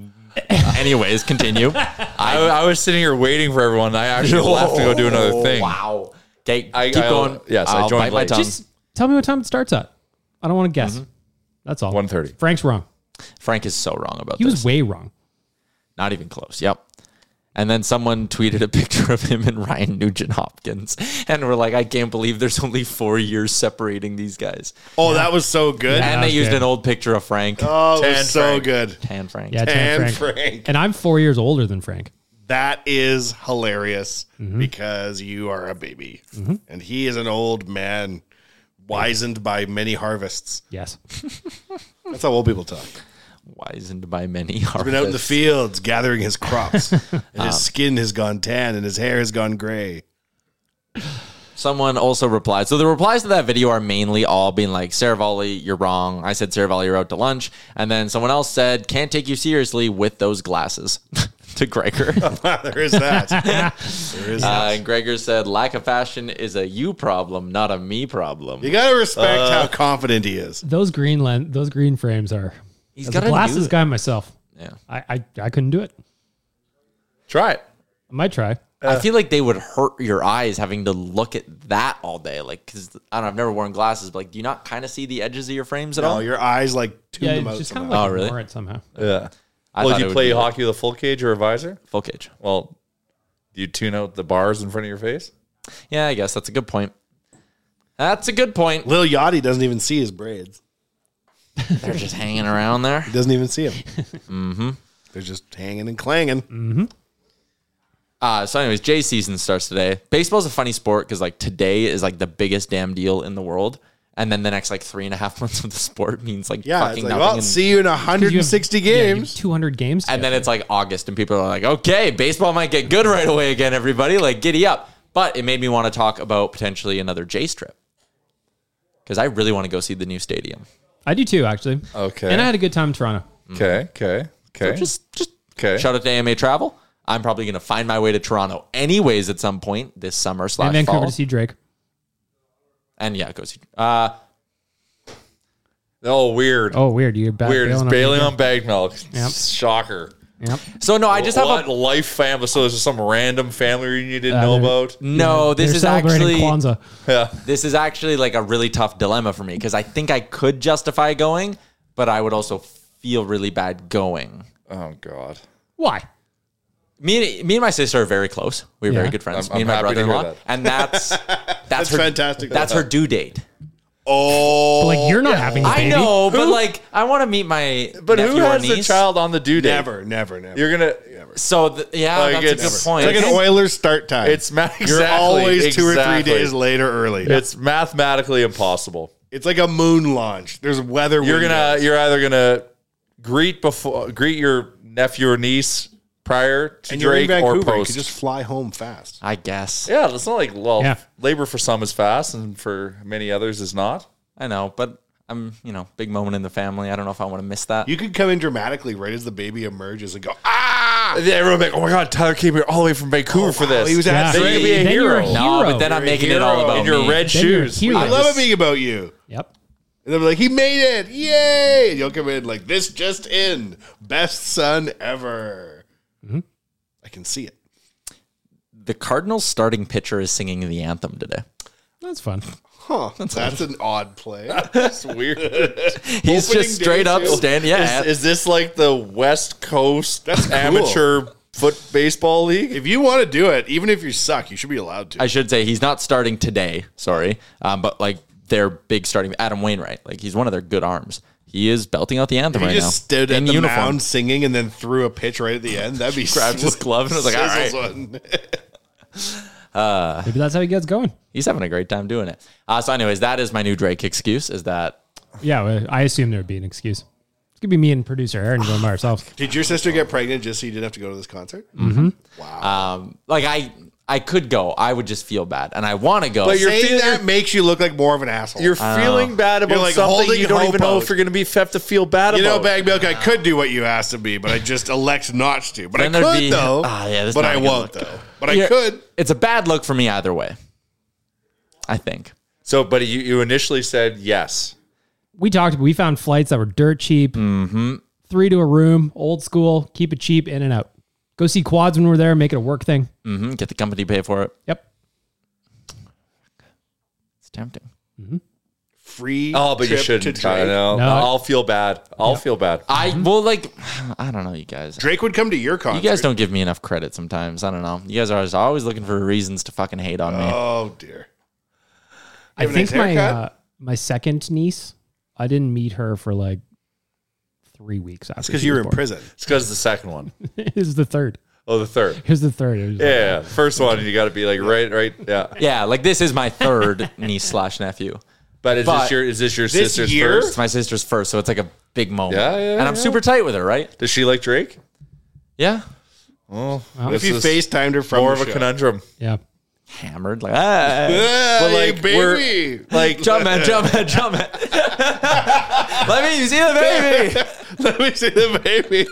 S5: Anyways, continue.
S7: I, I was sitting here waiting for everyone. I actually left to go do another thing.
S5: Wow. Okay,
S7: I-
S5: keep
S7: I'll-
S5: going.
S7: yes, I
S5: I'll
S7: joined
S5: bite my
S7: late.
S5: tongue.
S7: Just-
S6: Tell me what time it starts at. I don't want to guess.
S5: Mm-hmm.
S6: That's all.
S7: 1:30.
S6: Frank's wrong.
S5: Frank is so wrong about
S6: He
S5: this.
S6: was way wrong.
S5: Not even close. Yep. And then someone tweeted a picture of him and Ryan Nugent Hopkins. And we're like, I can't believe there's only four years separating these guys.
S8: Oh, that was so good.
S5: and they used an old picture of Frank.
S8: Oh, it
S5: Tan
S8: was so
S5: Frank.
S8: good.
S5: Tan Frank.
S6: Yeah, Tan
S8: Tan
S6: Frank.
S8: Frank.
S6: And I'm four years older than Frank.
S8: That is hilarious because you are a baby and he is an old man, wizened by many harvests.
S6: Yes.
S8: That's how old people talk.
S5: Wizened by many harvests.
S8: He's been out in the fields gathering his crops, and his skin has gone tan and his hair has gone gray.
S5: Someone also replied. So the replies to that video are mainly all being like, Saravalli, you're wrong. I said, Saravalli, you're out to lunch. And then someone else said, can't take you seriously with those glasses to Gregor.
S8: there is that. there is
S5: Uh,
S8: that.
S5: and Gregor said, lack of fashion is a you problem, not a me problem.
S8: You gotta respect
S7: Uh,
S8: how confident he is.
S6: Those green len- those green frames are. He's
S5: gotta do
S6: glasses
S5: it.
S6: guy myself.
S5: Yeah.
S6: I, I I couldn't do it.
S7: Try it.
S6: I might try.
S5: I feel like they would hurt your eyes having to look at that all day. Like, because I don't know, I've never worn glasses, but like, do you not kind of see the edges of your frames at
S8: No,
S5: all?
S8: your eyes like tune
S6: Yeah,
S8: them out.
S6: it's just kind of
S8: somehow.
S6: like
S5: Oh, really?
S6: ignore it somehow.
S7: Yeah.
S5: I thought
S7: well, do
S5: it
S7: you
S5: would
S7: play
S5: be-
S7: hockey with a full cage or a visor?
S5: Full cage.
S7: Well, do you tune out the bars in front of your face?
S5: Yeah, I guess that's a good point. That's a good point.
S8: Lil Yachty doesn't even see his braids.
S5: They're just hanging around there.
S8: He doesn't even see them. mm-hmm. They're just hanging and clanging.
S6: Mm.
S5: Uh, so, anyways, J season starts today. Baseball's a funny sport because like today is like the biggest damn deal in the world, and then the next like three and a half months of the sport means like
S8: Yeah, it's
S5: fucking
S8: like,
S5: nothing.
S8: well,
S5: and-
S8: see you in
S6: You have-
S8: 160
S6: yeah, you have
S8: games.
S6: 200 games.
S5: And then
S6: together.
S5: it's like August, and people are like, okay, baseball might get good right away again, everybody. Like, giddy up. But it made me want to talk about potentially another Jays trip because I really want to go see the new stadium.
S6: I do too, actually.
S7: Okay.
S6: And I had a good time in Toronto.
S7: Okay, okay, okay.
S5: Mm. Just, just
S7: okay.
S5: shout out to AMA Travel. I'm probably going to find my way to Toronto anyways at some point this summer
S6: And
S5: slash
S6: Vancouver
S5: fall.
S6: to see Drake.
S5: and yeah, go see. Uh,
S7: Oh, weird.
S6: Oh, weird. You're back
S7: weird. It's bailing on
S6: Vancouver.
S7: bagged milk.
S6: Yep.
S7: Shocker.
S6: Yep.
S5: so no, I just have
S7: what
S5: a
S7: life family. So there's just some random family reunion you didn't
S6: Uh,
S7: know
S6: they're-
S7: about.
S5: no. Oh, This
S6: They're
S5: is
S6: celebrating
S5: actually
S6: Kwanzaa.
S5: this is actually like a really tough dilemma for me because I think I could justify going, but I would also feel really bad going.
S7: Oh God.
S6: Why?
S5: me and me and my sister are very close. We're very
S6: Yeah.
S5: good friends.
S7: I'm-
S5: me and
S7: I'm
S5: my
S7: happy to hear
S5: brother-in-law,
S7: that.
S5: and that's that's,
S8: That's
S5: her,
S8: fantastic.
S5: That's her due date.
S8: Oh,
S6: But like you're not having a baby.
S5: Oh, I know, but like I want to meet my
S7: But
S5: nephew
S7: who has
S5: or
S7: the
S5: niece.
S7: child on the due date?
S8: never, never, never.
S7: You're gonna.
S5: So th- yeah,
S7: Like,
S5: that's a
S7: it's-
S5: good point.
S8: it's like an Oilers start time.
S7: It's ma-
S8: You're
S7: exactly,
S8: always two or three
S7: exactly.
S8: days later early.
S7: It's mathematically impossible.
S8: It's like a moon launch. There's weather.
S7: You're gonna.
S8: windows.
S7: You're either gonna greet before greet your nephew or niece prior to
S8: and you're in
S7: Drake or
S8: Vancouver. You
S7: post.
S8: could just fly home fast.
S5: I guess
S7: yeah, it's not like well,
S6: Yeah.
S7: labor for some is fast and for many others is not.
S5: I know, but I'm you know big moment in the family. I don't know if I want to miss that.
S8: You could come in dramatically right as the baby emerges and go ah.
S7: And everyone be like, oh my god, Tyler came here all the way from Vancouver for this.
S8: He was at
S6: Yeah.
S7: Then
S8: Drake.
S7: you'd be a
S6: Then you're a
S7: hero.
S6: hero.
S5: no, but then I'm
S8: You're a
S5: making it all
S8: hero.
S5: about
S7: in your
S5: me.
S7: red
S6: Then you're a
S7: shoes.
S6: hero.
S8: I
S6: I
S8: love
S6: just-
S8: it being about you.
S6: Yep.
S8: And they'll be like, he made it. Yay. And you'll come in like, this just in. Best son ever.
S7: Mm-hmm.
S8: I can see it.
S5: The Cardinals' starting pitcher is singing the anthem today.
S6: That's fun.
S8: Huh. That's, an odd play.
S7: That's weird.
S5: He's
S8: Opening
S5: just straight
S8: day,
S5: up
S8: too.
S5: standing. Yeah,
S7: Is, is this like the West Coast
S8: That's
S7: amateur foot baseball league?
S8: if you want to do it, even if you suck, you should be allowed to.
S5: I should say he's not starting today. Sorry, um, but like their big starting Adam Wainwright, like he's one of their good arms. He is belting out the anthem
S8: If
S5: right
S8: you just
S5: now.
S8: stood at
S5: in
S8: the
S5: uniform.
S8: mound singing and then threw a pitch right at the end, that'd be
S5: Grabbed his glove and was like, "All right."
S8: Sizzles one.
S6: Maybe that's how he gets going.
S5: He's having a great time doing it. Uh, so, anyways, that is my new Drake excuse. Is that
S6: Yeah, well, I assume there would be an excuse. It could be me and producer Aaron going by ourselves.
S8: Did your sister get pregnant just so you didn't have to go to this concert?
S7: Mm.
S5: um, like I I could go. I would just feel bad, and I want to go.
S7: But you're
S8: Saying
S7: feeling-
S8: that makes you look like more of an asshole.
S7: You're feeling bad about
S8: You're, like,
S7: something
S8: holding
S7: you don't
S8: hope
S7: even know
S8: out.
S7: if you're going to be have to feel bad
S8: you know,
S7: about.
S8: bag milk. I could do what you asked of me, but I just elect not to. But
S5: Then
S8: I
S5: there'd
S8: could
S5: be-
S8: though.
S5: Ah, yeah, that's
S8: but
S5: not
S8: I
S5: a good
S8: won't
S5: look.
S8: though. But I
S5: You're-
S8: could.
S5: It's a bad look for me either way. I think.
S7: so, but you, you initially said yes.
S6: We talked. We found flights that were dirt cheap. Mm-hmm. three to a room, old school, keep it cheap, in and out. Go see quads when we're there, make it a work thing.
S5: Mm-hmm. Get the company to pay for it.
S6: Yep.
S5: It's tempting.
S8: Free.
S7: Oh, but you
S8: trip
S7: shouldn't.
S8: to
S7: I
S8: Drake.
S7: know. I'll feel bad. I'll feel bad.
S5: I well, like, I don't know, you guys.
S8: Drake would come to your
S5: You
S8: concert.
S5: guys don't give me enough credit sometimes. I don't know. You guys are always, always looking for reasons to fucking hate on me.
S8: Oh dear.
S6: I
S8: have a
S6: think
S8: nice
S6: my
S8: haircut?
S6: uh, my second niece, I didn't meet her for like three weeks after. she was born.
S7: It's because the second one.
S6: it was the third.
S7: Oh, the third.
S6: It was the third. It was like-
S7: Yeah, first one you got to be like right, right. Yeah,
S5: yeah. Like this is my third niece slash nephew.
S7: But is this your is this your sister's
S5: It's
S7: first?
S5: my sister's first, so it's like a big moment.
S7: Yeah, yeah,
S5: And I'm
S7: yeah.
S5: super tight with her, right?
S7: Does she like Drake?
S5: Yeah.
S7: Oh,
S8: What if you FaceTimed her from
S7: more
S8: the
S7: of a
S8: show?
S7: conundrum?
S6: Yeah.
S5: Hammered like ah.
S8: Hey,
S7: we're-
S8: baby.
S7: like
S5: Jump man, jump man, jump man. Let me see the baby.
S8: Let me see the baby.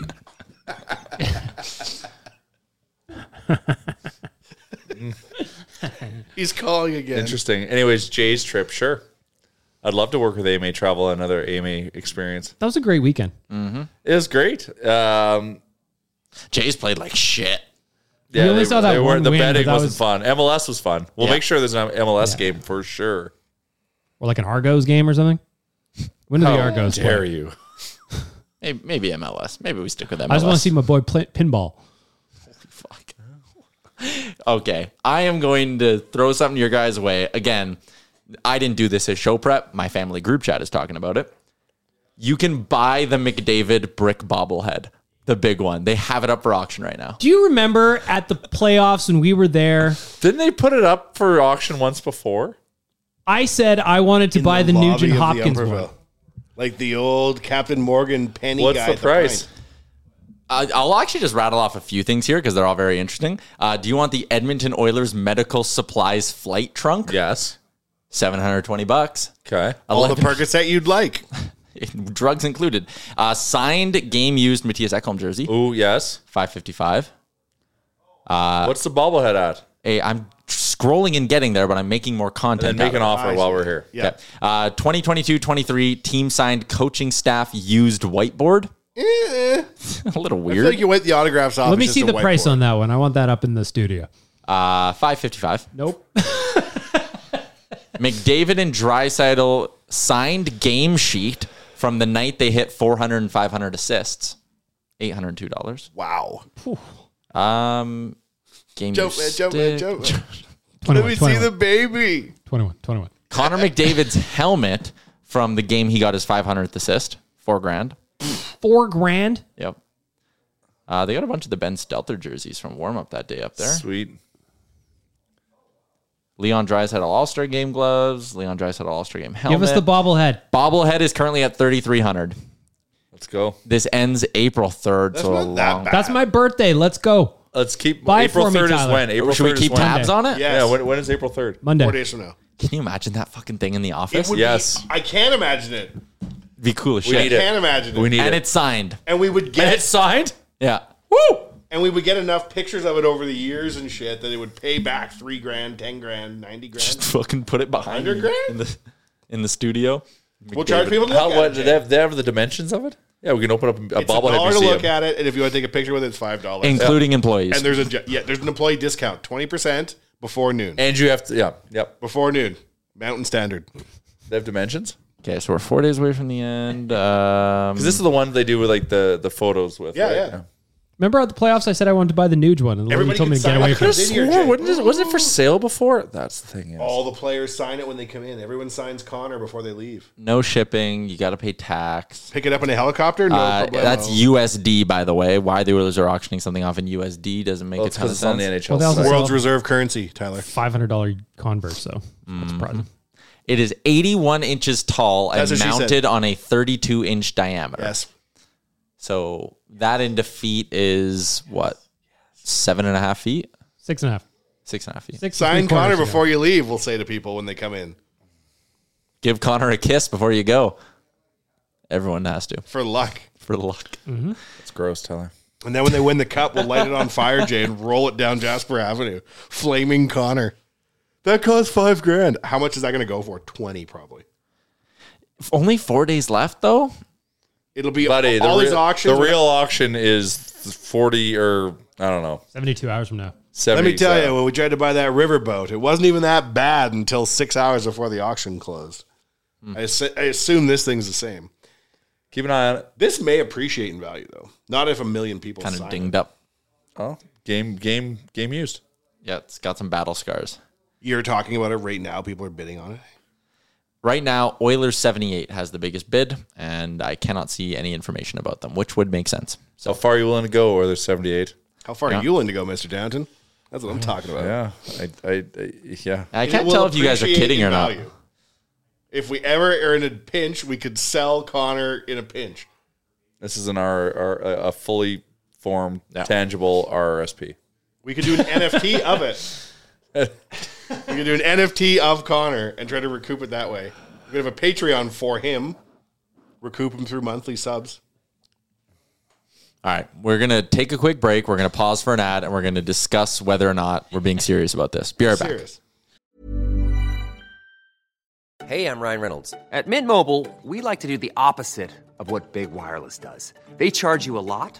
S8: He's calling again.
S7: Interesting. Anyways, Jay's trip, sure. I'd love to work with AMA Travel, another AMA experience.
S6: That was a great weekend.
S7: It was great. Um,
S5: Jay's played like shit.
S7: Yeah,
S6: We only
S7: they,
S6: saw that
S7: they
S6: one
S7: weren't. The
S6: win, but
S7: betting
S6: that
S7: wasn't
S6: was-
S7: fun. MLS was fun. We'll
S6: Yeah.
S7: make sure there's an MLS game for sure.
S6: Or like an Argos game or something. When do
S7: Oh,
S6: the Argos play?
S7: dare you?
S5: Maybe, maybe MLS. Maybe we stick with MLS.
S6: I just want to see my boy play pinball.
S5: Okay, I am going to throw something your guys' way again. I didn't do this as show prep. My family group chat is talking about it. You can buy the McDavid brick bobblehead, the big one. They have it up for auction right now.
S6: Do you remember at the playoffs when we were there?
S7: Didn't they put it up for auction once before?
S6: I said I wanted to buy the,
S8: lobby
S6: Nugent
S8: of the
S6: Hopkins
S8: Umberville.
S6: one.
S8: Like the old Captain Morgan penny
S7: What's
S8: guy.
S7: the
S8: at
S7: price?
S8: pint.
S5: Uh, I'll actually just rattle off a few things here because they're all very interesting. Uh, do you want the Edmonton Oilers medical supplies flight trunk?
S7: Yes.
S5: 720 bucks.
S7: Okay.
S8: All the Percocet you'd like.
S5: drugs included. Uh, signed game used Matthias Ekholm jersey.
S7: Ooh, yes.
S5: 555.
S6: Uh,
S7: What's the bobblehead at?
S5: Hey, I'm scrolling and getting there, but I'm making more
S7: And then
S5: content.
S7: make an
S5: out
S7: offer while we're here.
S5: of it. Yeah. Uh, 2022-23 team signed coaching staff used whiteboard.
S8: Eh,
S5: a little
S8: I feel
S5: weird.
S8: like you went to the autographs office.
S6: Let me
S8: just
S6: see
S8: to
S6: the
S8: whiteboard.
S6: price on that one. I want that up in the studio.
S5: uh, 555.
S6: Nope.
S5: McDavid and Drysidel signed game sheet from the night they hit 400 and 500 assists. $802.
S8: Wow.
S5: Um, game
S8: Jump man,
S5: used
S8: jump man,
S5: stick-
S8: jump man. Let
S6: 21,
S8: me see
S6: 21,
S8: the baby.
S6: 21, 21.
S5: Connor McDavid's helmet from the game he got his 500th assist, four grand.
S6: Four grand?
S5: Yep. Uh, they got a bunch of the Ben Stelter jerseys from warm up that day up there.
S7: Sweet.
S5: Leon Dries had All Star Game gloves. Leon Dries had All Star Game helmet.
S6: Give us the bobblehead.
S5: bobblehead is currently at 3,300.
S7: Let's go.
S5: This ends April 3rd, so a
S8: not that
S5: long.
S8: bad.
S6: That's my birthday. Let's go.
S7: Let's keep
S6: Buy it
S7: April
S6: for me,
S7: third is
S6: Tyler.
S7: when April
S5: Should we
S7: 3rd is
S5: keep
S7: when?
S5: tabs on it?
S8: Yes.
S7: Yeah. When, when is April third?
S8: Four
S6: Monday.
S8: days from now.
S5: Can you imagine that fucking thing in the
S8: It
S5: office?
S8: would
S7: Yes.
S8: Be, I can't imagine it.
S5: It'd be cool as
S7: We need
S5: shit.
S7: it.
S8: Can't imagine it.
S7: We need
S5: And
S7: it.
S5: it's signed.
S8: and we would get
S5: signed? Yeah.
S8: Woo! And we would get enough pictures of it over the years and shit that it would pay back three grand, ten grand, ninety
S5: Just
S8: grand.
S5: fucking put it behind
S8: Hundred grand?
S5: in the in the studio.
S8: We'll charge people to look
S7: How,
S8: at
S7: what,
S8: it.
S7: do they have, they have the dimensions of it? Yeah, we can open up a
S8: it's a
S7: bobblehead
S8: dollar to
S7: museum.
S8: look at it, and if you want to take a picture with it, it's five dollars.
S5: including employees.
S8: and there's a ju- yeah, there's an employee discount, twenty percent before noon.
S7: And you have to, yeah, yep.
S8: before noon, Mountain Standard.
S7: They have dimensions.
S5: okay, so we're four days away from the end. Um,
S7: Because this is the one they do with like the the photos with.
S8: Yeah,
S7: right?
S8: yeah.
S6: Remember at the playoffs, I said I wanted to buy the Nuge one, and
S8: Everybody
S6: Everybody told me
S8: can
S6: to get
S8: sign
S6: away
S8: up.
S6: from
S7: Could
S6: it.
S7: have
S8: Video
S7: swore.
S8: check.
S7: Wasn't it, was it for sale before? That's the thing. Yes.
S8: All the players sign it when they come in. Everyone signs Connor before they leave.
S5: no shipping. You got to pay tax.
S8: Pick it up in a helicopter. No,
S5: Uh,
S8: problemo.
S5: that's USD, by the way. Why the Oilers are auctioning something off in USD doesn't make
S7: well,
S5: a
S7: it's
S5: ton
S7: because
S5: of
S7: it's on
S5: sense.
S7: the NHL.
S6: Well, that was
S7: site.
S6: a-
S8: world's reserve currency, Tyler.
S6: Five hundred dollar Converse, so
S7: Mm-hmm.
S6: that's surprising.
S5: It is 81 inches tall
S8: That's
S5: and
S8: what she said.
S5: mounted on a 32 inch diameter.
S8: Yes,
S5: So that in defeat is what seven and a half feet,
S6: Six and a half.
S5: six and a half feet.
S6: Six and
S8: sign
S6: three quarters,
S8: Connor
S6: you know.
S8: before you leave. We'll say to people when they come in
S5: Give Connor a kiss before you go. Everyone has to
S8: for luck.
S5: for luck.
S7: It's gross, Tyler.
S8: And then when they win the cup, we'll light it on fire, Jay, and roll it down Jasper Avenue. Flaming Connor. That cost five grand. How much is that going to go for? 20, probably.
S5: Only four days left though.
S8: It'll be
S7: Buddy, the
S8: all these
S7: real-
S8: auctions.
S7: The real auction is forty or I don't know.
S6: 72 hours from now.
S8: Let me
S7: 70,
S8: tell
S7: so-
S8: you, when we tried to buy that riverboat, it wasn't even that bad until six hours before the auction closed.
S7: Hmm.
S8: I, assu- I assume this thing's the same.
S7: Keep an eye on it.
S8: This may appreciate in value though. Not if a million people
S5: Kind of
S8: sign
S5: dinged up.
S7: Oh, game, game, game used.
S5: Yeah, it's got some battle scars.
S8: You're talking about it right now. People are bidding on it.
S5: Right now, Oilers 78 has the biggest bid, and I cannot see any information about them, which would make sense.
S7: So far, you willing to go, or there's 78?
S8: How far
S5: Yeah.
S8: are you willing to go, Mister Downton? That's
S7: Mm.
S8: what I'm talking about.
S7: Yeah, I, I, I yeah.
S5: I
S8: It
S5: can't
S8: will
S5: tell if you guys are
S8: appreciate
S5: kidding
S8: in
S5: or not.
S8: value. If we ever are in a pinch, we could sell Connor in a pinch.
S7: This is an R, R a fully formed,
S5: Yeah.
S7: tangible RRSP.
S8: We could do an NFT of it. we could do an NFT of Connor and try to recoup it that way. We could have a Patreon for him, recoup him through monthly subs.
S5: All right, we're going to take a quick break. We're going to pause for an ad, and we're going to discuss whether or not we're being serious about this. Be right back.
S8: Serious.
S2: Hey, I'm Ryan Reynolds. At Mint Mobile, we like to do the opposite of what Big Wireless does. They charge you a lot,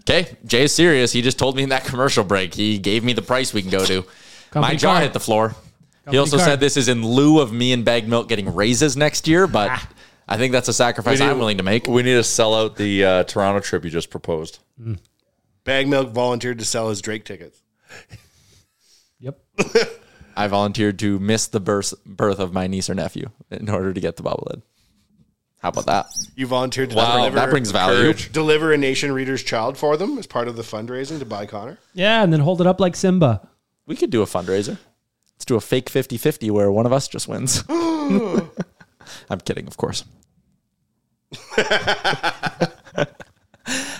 S5: Okay, Jay's serious. He just told me in that commercial break. He gave me the price we can go to. My
S6: Company
S5: jaw
S6: car.
S5: hit the floor. he
S6: Company
S5: also
S6: car.
S5: said this is in lieu of me and Bag Milk getting raises next year, but
S6: Ah.
S5: I think that's a sacrifice I'm willing to make.
S7: We need to sell out the uh, Toronto trip you just proposed.
S8: Bag Milk volunteered to sell his Drake tickets.
S5: I volunteered to miss the birth, birth of my niece or nephew in order to get the bobblehead. How about that?
S8: You volunteered to
S5: Wow, that brings value. Courage.
S8: Deliver a Nation Reader's Child for them as part of the fundraising to buy Connor.
S6: Yeah, and then hold it up like Simba.
S5: We could do a fundraiser. Let's do a fake 50 50 where one of us just wins. I'm kidding, of course.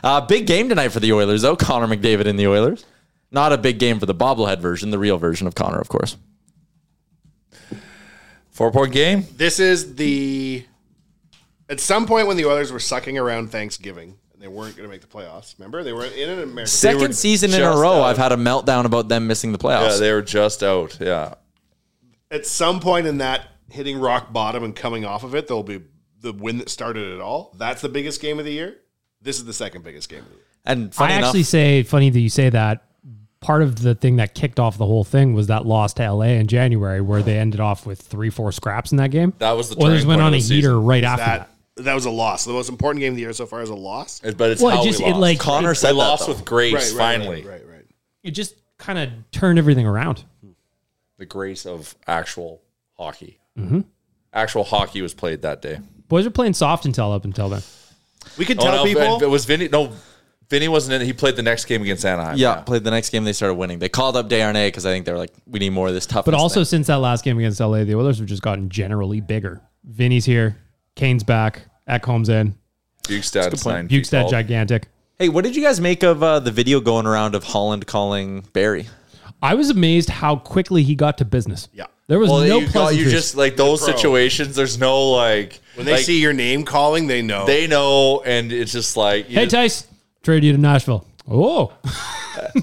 S5: uh, big game tonight for the Oilers, though. Connor McDavid and the Oilers. Not a big game for the bobblehead version, the real version of Connor, of course.
S7: Four point game.
S8: This is the at some point when the Oilers were sucking around Thanksgiving and they weren't going to make the playoffs. Remember, they were in an American
S5: Second season in a
S7: just
S5: row,
S7: out.
S5: I've had a meltdown about them missing the playoffs.
S7: Yeah, Uh, they were just out. Yeah,
S8: At some point in that hitting rock bottom and coming off of it, there'll be the win that started it all. That's the biggest game of the year. This is the second biggest game of the year.
S5: And
S6: I actually say, funny that you say that. Part of the thing that kicked off the whole thing was that loss to LA in January, where they ended off with three, four scraps in that game.
S7: That was the
S6: Oilers
S7: turning
S6: went
S7: point
S6: on
S7: of
S6: a
S7: the
S6: heater
S7: season.
S6: right
S7: Is
S6: after that.
S8: that that was a loss. The most important game of the year so far is a loss.
S7: but it's
S6: Well, it
S7: how
S6: just- it,
S7: we lost.
S6: like-
S7: Connor
S6: it-
S7: said
S6: We
S7: that,
S6: lost
S7: though.
S6: with grace, finally.
S8: Right, right. right.
S6: It just kind of turned everything around.
S7: the grace of actual hockey.
S6: Mhm.
S7: Actual hockey was played that day. Oh,
S6: Boys were playing soft until up until then.
S8: We
S6: could tell people-
S7: It was Vinny. No, Vinny wasn't in. it. He played the next game against Anaheim.
S5: yeah, played the next game. They started winning. They called up Darnay because I think they were like, we need more of this toughness.
S6: But also
S5: thing.
S6: since that last game against LA, the Oilers have just gotten generally bigger. Vinny's here, Kane's back, Ekholm's in,
S7: Bukestad's nine. feet
S6: Bukestad
S7: tall.
S6: gigantic.
S5: Hey, what did you guys make of uh, the video going around of Holland calling Barry?
S6: I was amazed how quickly he got to business. Yeah, there was
S7: Well,
S6: no
S7: you, got- you
S6: pleasantries.
S7: just like those
S8: Pro.
S7: situations. There's no like
S8: When they
S7: like,
S8: see your name calling, they know.
S7: they know, and it's just like you
S6: hey
S7: just-
S6: Tice, trade you to Nashville. Oh,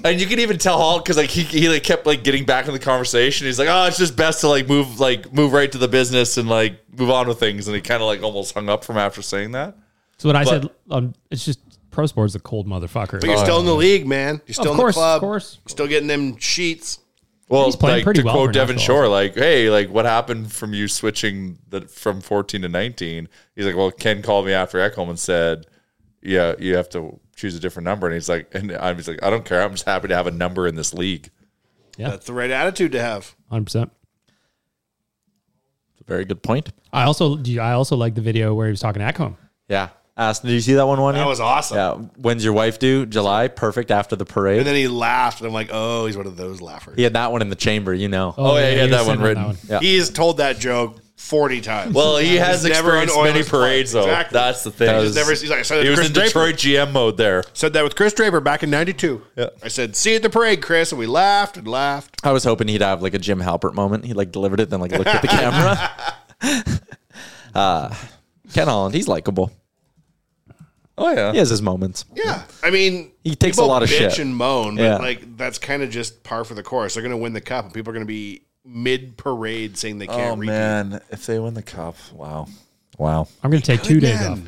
S7: and you can even tell Hulk because like he, he like kept like getting back in the conversation. He's like, oh, it's just best to like move like move right to the business and like move on with things. And he kind of like almost hung up from after saying that.
S6: so what I
S7: But-
S6: said. Um, it's just pro sports a cold motherfucker.
S8: But you're still in the league, man. You're still
S6: Of course,
S8: in the club.
S6: Of course,
S8: Still getting them sheets.
S7: Well,
S6: He's playing
S7: like,
S6: pretty
S7: to
S6: well
S7: quote
S6: for
S7: Devin
S6: Nashville.
S7: Shore, like, hey, like what happened from you switching the, from 14 to 19? He's like, well, Ken called me after Ekholm and said, yeah, you have to choose a different number. And he's like, and I'm just like, I don't care. I'm just happy to have a number in this league.
S6: Yeah.
S8: That's the right attitude to have.
S6: hundred percent.
S5: Very good point.
S6: I also do. you- I also like the video where he was talking at home.
S5: Yeah. Aston, did you see that one? One
S8: That was awesome.
S5: Yeah. When's your wife due? July. Perfect after the parade.
S8: And then he laughed, and I'm like, oh, he's one of those laughers.
S5: he had that one in the chamber, you know.
S8: Oh, Oh, yeah, yeah, he he had was that
S6: one on written.
S5: Yeah.
S8: He's told that joke 40 times.
S7: Well, he has
S8: He's never
S7: experienced
S8: on
S7: many
S8: Oilers' play.
S7: parades, though.
S8: Exactly.
S7: That's the thing.
S8: He
S7: That
S8: just
S7: was-
S8: never- he's like, I said
S7: he
S8: it
S7: was
S8: Chris
S7: in
S8: Draper.
S7: Detroit GM mode there.
S8: Said that with Chris Draper back in 92. I said, see you at the parade, Chris. And we laughed and laughed.
S5: I was hoping he'd have like a Jim Halpert moment. He like delivered it, then like looked at the camera. uh, Ken Holland, he's likable.
S7: Oh yeah,
S5: he has his moments.
S8: Yeah. I mean,
S5: He takes a
S8: people
S5: lot of
S8: bitch
S5: shit.
S8: and moan, but
S5: Yeah.
S8: like, that's kind of just par for the course. They're going to win the cup, and people are going to be mid parade saying they can't
S7: Oh
S8: repeat.
S7: man, if they win the cup, wow,
S5: Wow.
S6: I'm going to take two days off.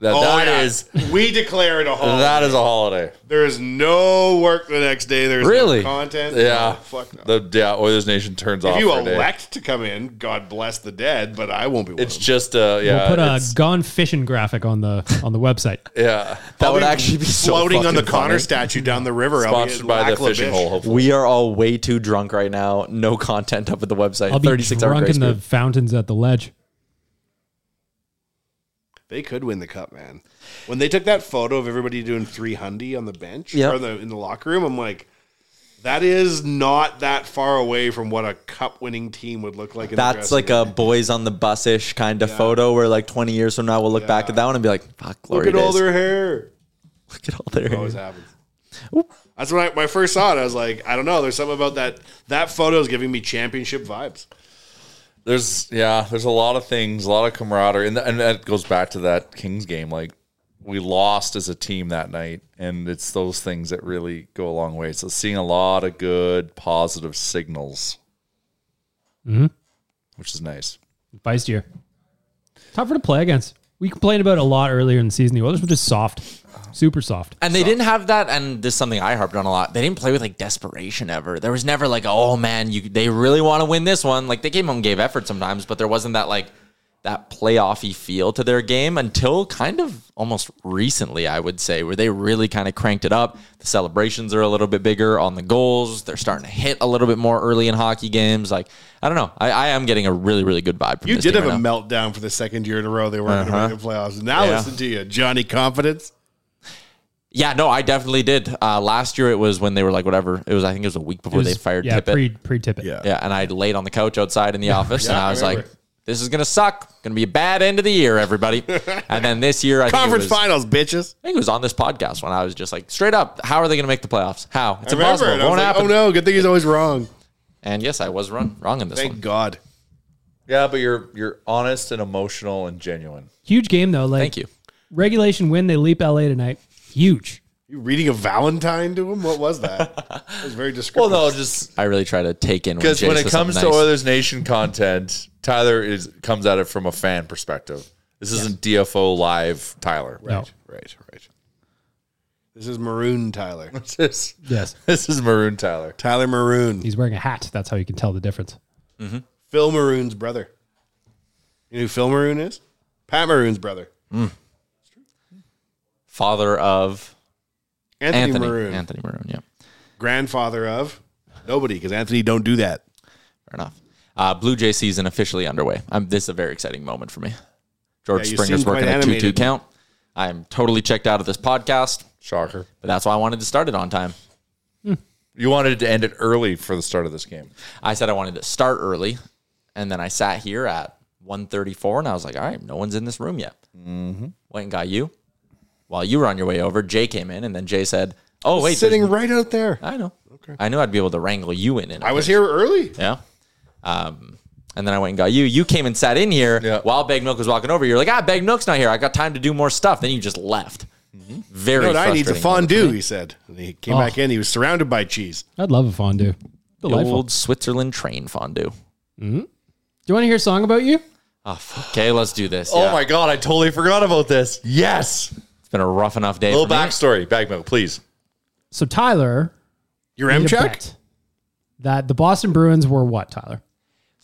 S7: that,
S8: Oh,
S7: that
S8: yeah.
S7: is
S8: We declare it a holiday.
S7: that is a holiday.
S8: There is no work the next day. There's
S7: really
S8: no content.
S7: Yeah,
S8: No, fuck no.
S7: The yeah, Oilers Nation turns off.
S8: If you
S7: for a day.
S8: elect to come in, God bless the dead, but I won't be. One
S7: it's just uh, yeah,
S6: we'll put a
S7: it's-
S6: gone fishing graphic on the on the website.
S7: yeah.
S5: That
S8: I'll
S5: would actually be so
S8: floating on the
S5: fucking
S8: Connor
S5: funny.
S8: statue down the river. I'll be
S5: Sponsored
S8: at
S5: by the
S8: Lac La
S5: fishing
S8: Biche.
S5: hole. We are all way too drunk right now. No content up at the website.
S6: I'll be
S5: 36 hour
S6: drunk
S5: grace
S6: in the
S5: period.
S6: fountains at the ledge.
S8: They could win the cup, man. When they took that photo of everybody doing three hundy on the bench
S5: Yep.
S8: or the, in the locker room, I'm like, that is not that far away from what a cup winning team would look like. In
S5: That's
S8: the
S5: like a boys on the bus ish kind of photo where like 20 years from now we'll look back at that one and be like, fuck,
S8: look
S5: glory
S8: at all
S5: days.
S8: their hair.
S5: Look at all their
S8: It always happens. That's when I, when I first saw it. I was like, I don't know. There's something about that. That photo is giving me championship vibes.
S7: there's yeah, there's a lot of things, a lot of camaraderie, and, th- and that goes back to that Kings game. Like we lost as a team that night, and it's those things that really go a long way. So seeing a lot of good, positive signals,
S6: Mhm.
S7: which is nice.
S6: Vice year. Tougher to play against. We complained about it a lot earlier in the season. The Oilers were just soft, super soft.
S5: And they didn't have that. And this is something I harped on a lot. They didn't play with like desperation ever. There was never like, oh man, you they really want to win this one. Like they came home and gave effort sometimes, but there wasn't that like that playoffy feel to their game until kind of almost recently, I would say, where they really kind of cranked it up. The celebrations are a little bit bigger on the goals. They're starting to hit a little bit more early in hockey games. Like I don't know. I, I am getting a really really good vibe. From
S8: You
S5: this
S8: did
S5: team
S8: have
S5: right
S8: a
S5: now.
S8: meltdown for the second year in a row. They weren't
S5: Uh-huh.
S8: going to make the playoffs. Now
S5: Yeah.
S8: listen to you, Johnny Confidence.
S5: Yeah, no, I definitely did. Uh, last year it was when they were like whatever. It was I think it was a week before
S6: It was-
S5: they fired
S6: yeah,
S5: Tippett.
S6: pre pre Tippett. Yeah.
S5: Yeah, and I laid on the couch outside in the office, and
S6: Yeah,
S5: I
S6: I
S5: was like,
S6: remember.
S5: "This is gonna suck. Gonna be a bad end of the year, everybody." and then this year, I
S8: Conference
S5: think it was,
S8: finals, bitches.
S5: I think it was on this podcast when I was just like, "Straight up, how are they gonna make the playoffs? How? It's
S8: I remember
S5: impossible. It
S8: it. I was
S5: won't
S8: like,
S5: happen."
S8: oh no, good thing he's always wrong.
S5: And yes, I was wrong wrong in this
S8: Thank
S5: one.
S8: God.
S7: Yeah, but you're you're honest and emotional and genuine.
S6: Huge game though. Like
S7: Thank you.
S6: Regulation win. They leap LA tonight. Huge.
S8: You reading a Valentine to him? What was that? it was very
S7: Well,
S8: descriptive.
S7: no, just
S5: I really try to take in
S7: because
S5: Jace
S7: when it
S5: says
S7: comes
S5: something
S7: to
S5: nice.
S7: Oilers Nation content, Tyler is comes at it from a fan perspective. This isn't DFO live, Tyler.
S6: No.
S8: Right, right. This is Maroon Tyler.
S7: This is
S6: Yes.
S7: this is Maroon Tyler.
S8: Tyler Maroon.
S6: He's wearing a hat. That's how you can tell the difference.
S8: Phil Maroon's brother. You know who Phil Maroon is? Pat Maroon's brother.
S5: father of
S8: Anthony,
S5: Anthony
S8: Maroon.
S5: Anthony Maroon. Yeah,
S8: Grandfather of nobody, because Anthony don't do that.
S5: fair enough. Uh, Blue Jay season officially underway. I'm, this is a very exciting moment for me. George
S8: Yeah, you
S5: Springer's
S8: seem
S5: working
S8: quite
S5: a two-two
S8: animated.
S5: count. I'm totally checked out of this podcast,
S7: Shocker.
S5: but that's why I wanted to start it on time.
S7: You wanted to end it early for the start of this game.
S5: I said I wanted to start early, and then I sat here at 1:34, and I was like, "All right, no one's in this room yet."
S8: Mm-hmm.
S5: Went and got you. While you were on your way over, Jay came in, and then Jay said, "Oh wait,
S8: Sitting right out there.
S5: I know. Okay. I knew I'd be able to wrangle you in." in
S8: I was here early.
S5: yeah. Um, and then I went and got you. You came and sat in here while Bag Milk was walking over. You're like, "Ah, Bag Milk's not here. I got time to do more stuff." Then you just left. Very.
S8: You know what I need a
S5: frustrating moment for
S8: fondue,
S5: me.
S8: he said. And he came
S5: Oh.
S8: back in. He was surrounded by cheese.
S6: I'd love a fondue.
S5: The
S6: Delightful.
S5: old Switzerland train fondue.
S6: Mhm. Do you want to hear a song about you?
S5: Oh, fuck. okay, let's do this.
S7: Oh my god, I totally forgot about this. Yes.
S5: It's been a rough enough day.
S7: Little
S5: for me.
S7: backstory, bag milk, please.
S6: So Tyler,
S8: your
S6: made a
S5: M-check?
S6: bet That the Boston Bruins were what, Tyler?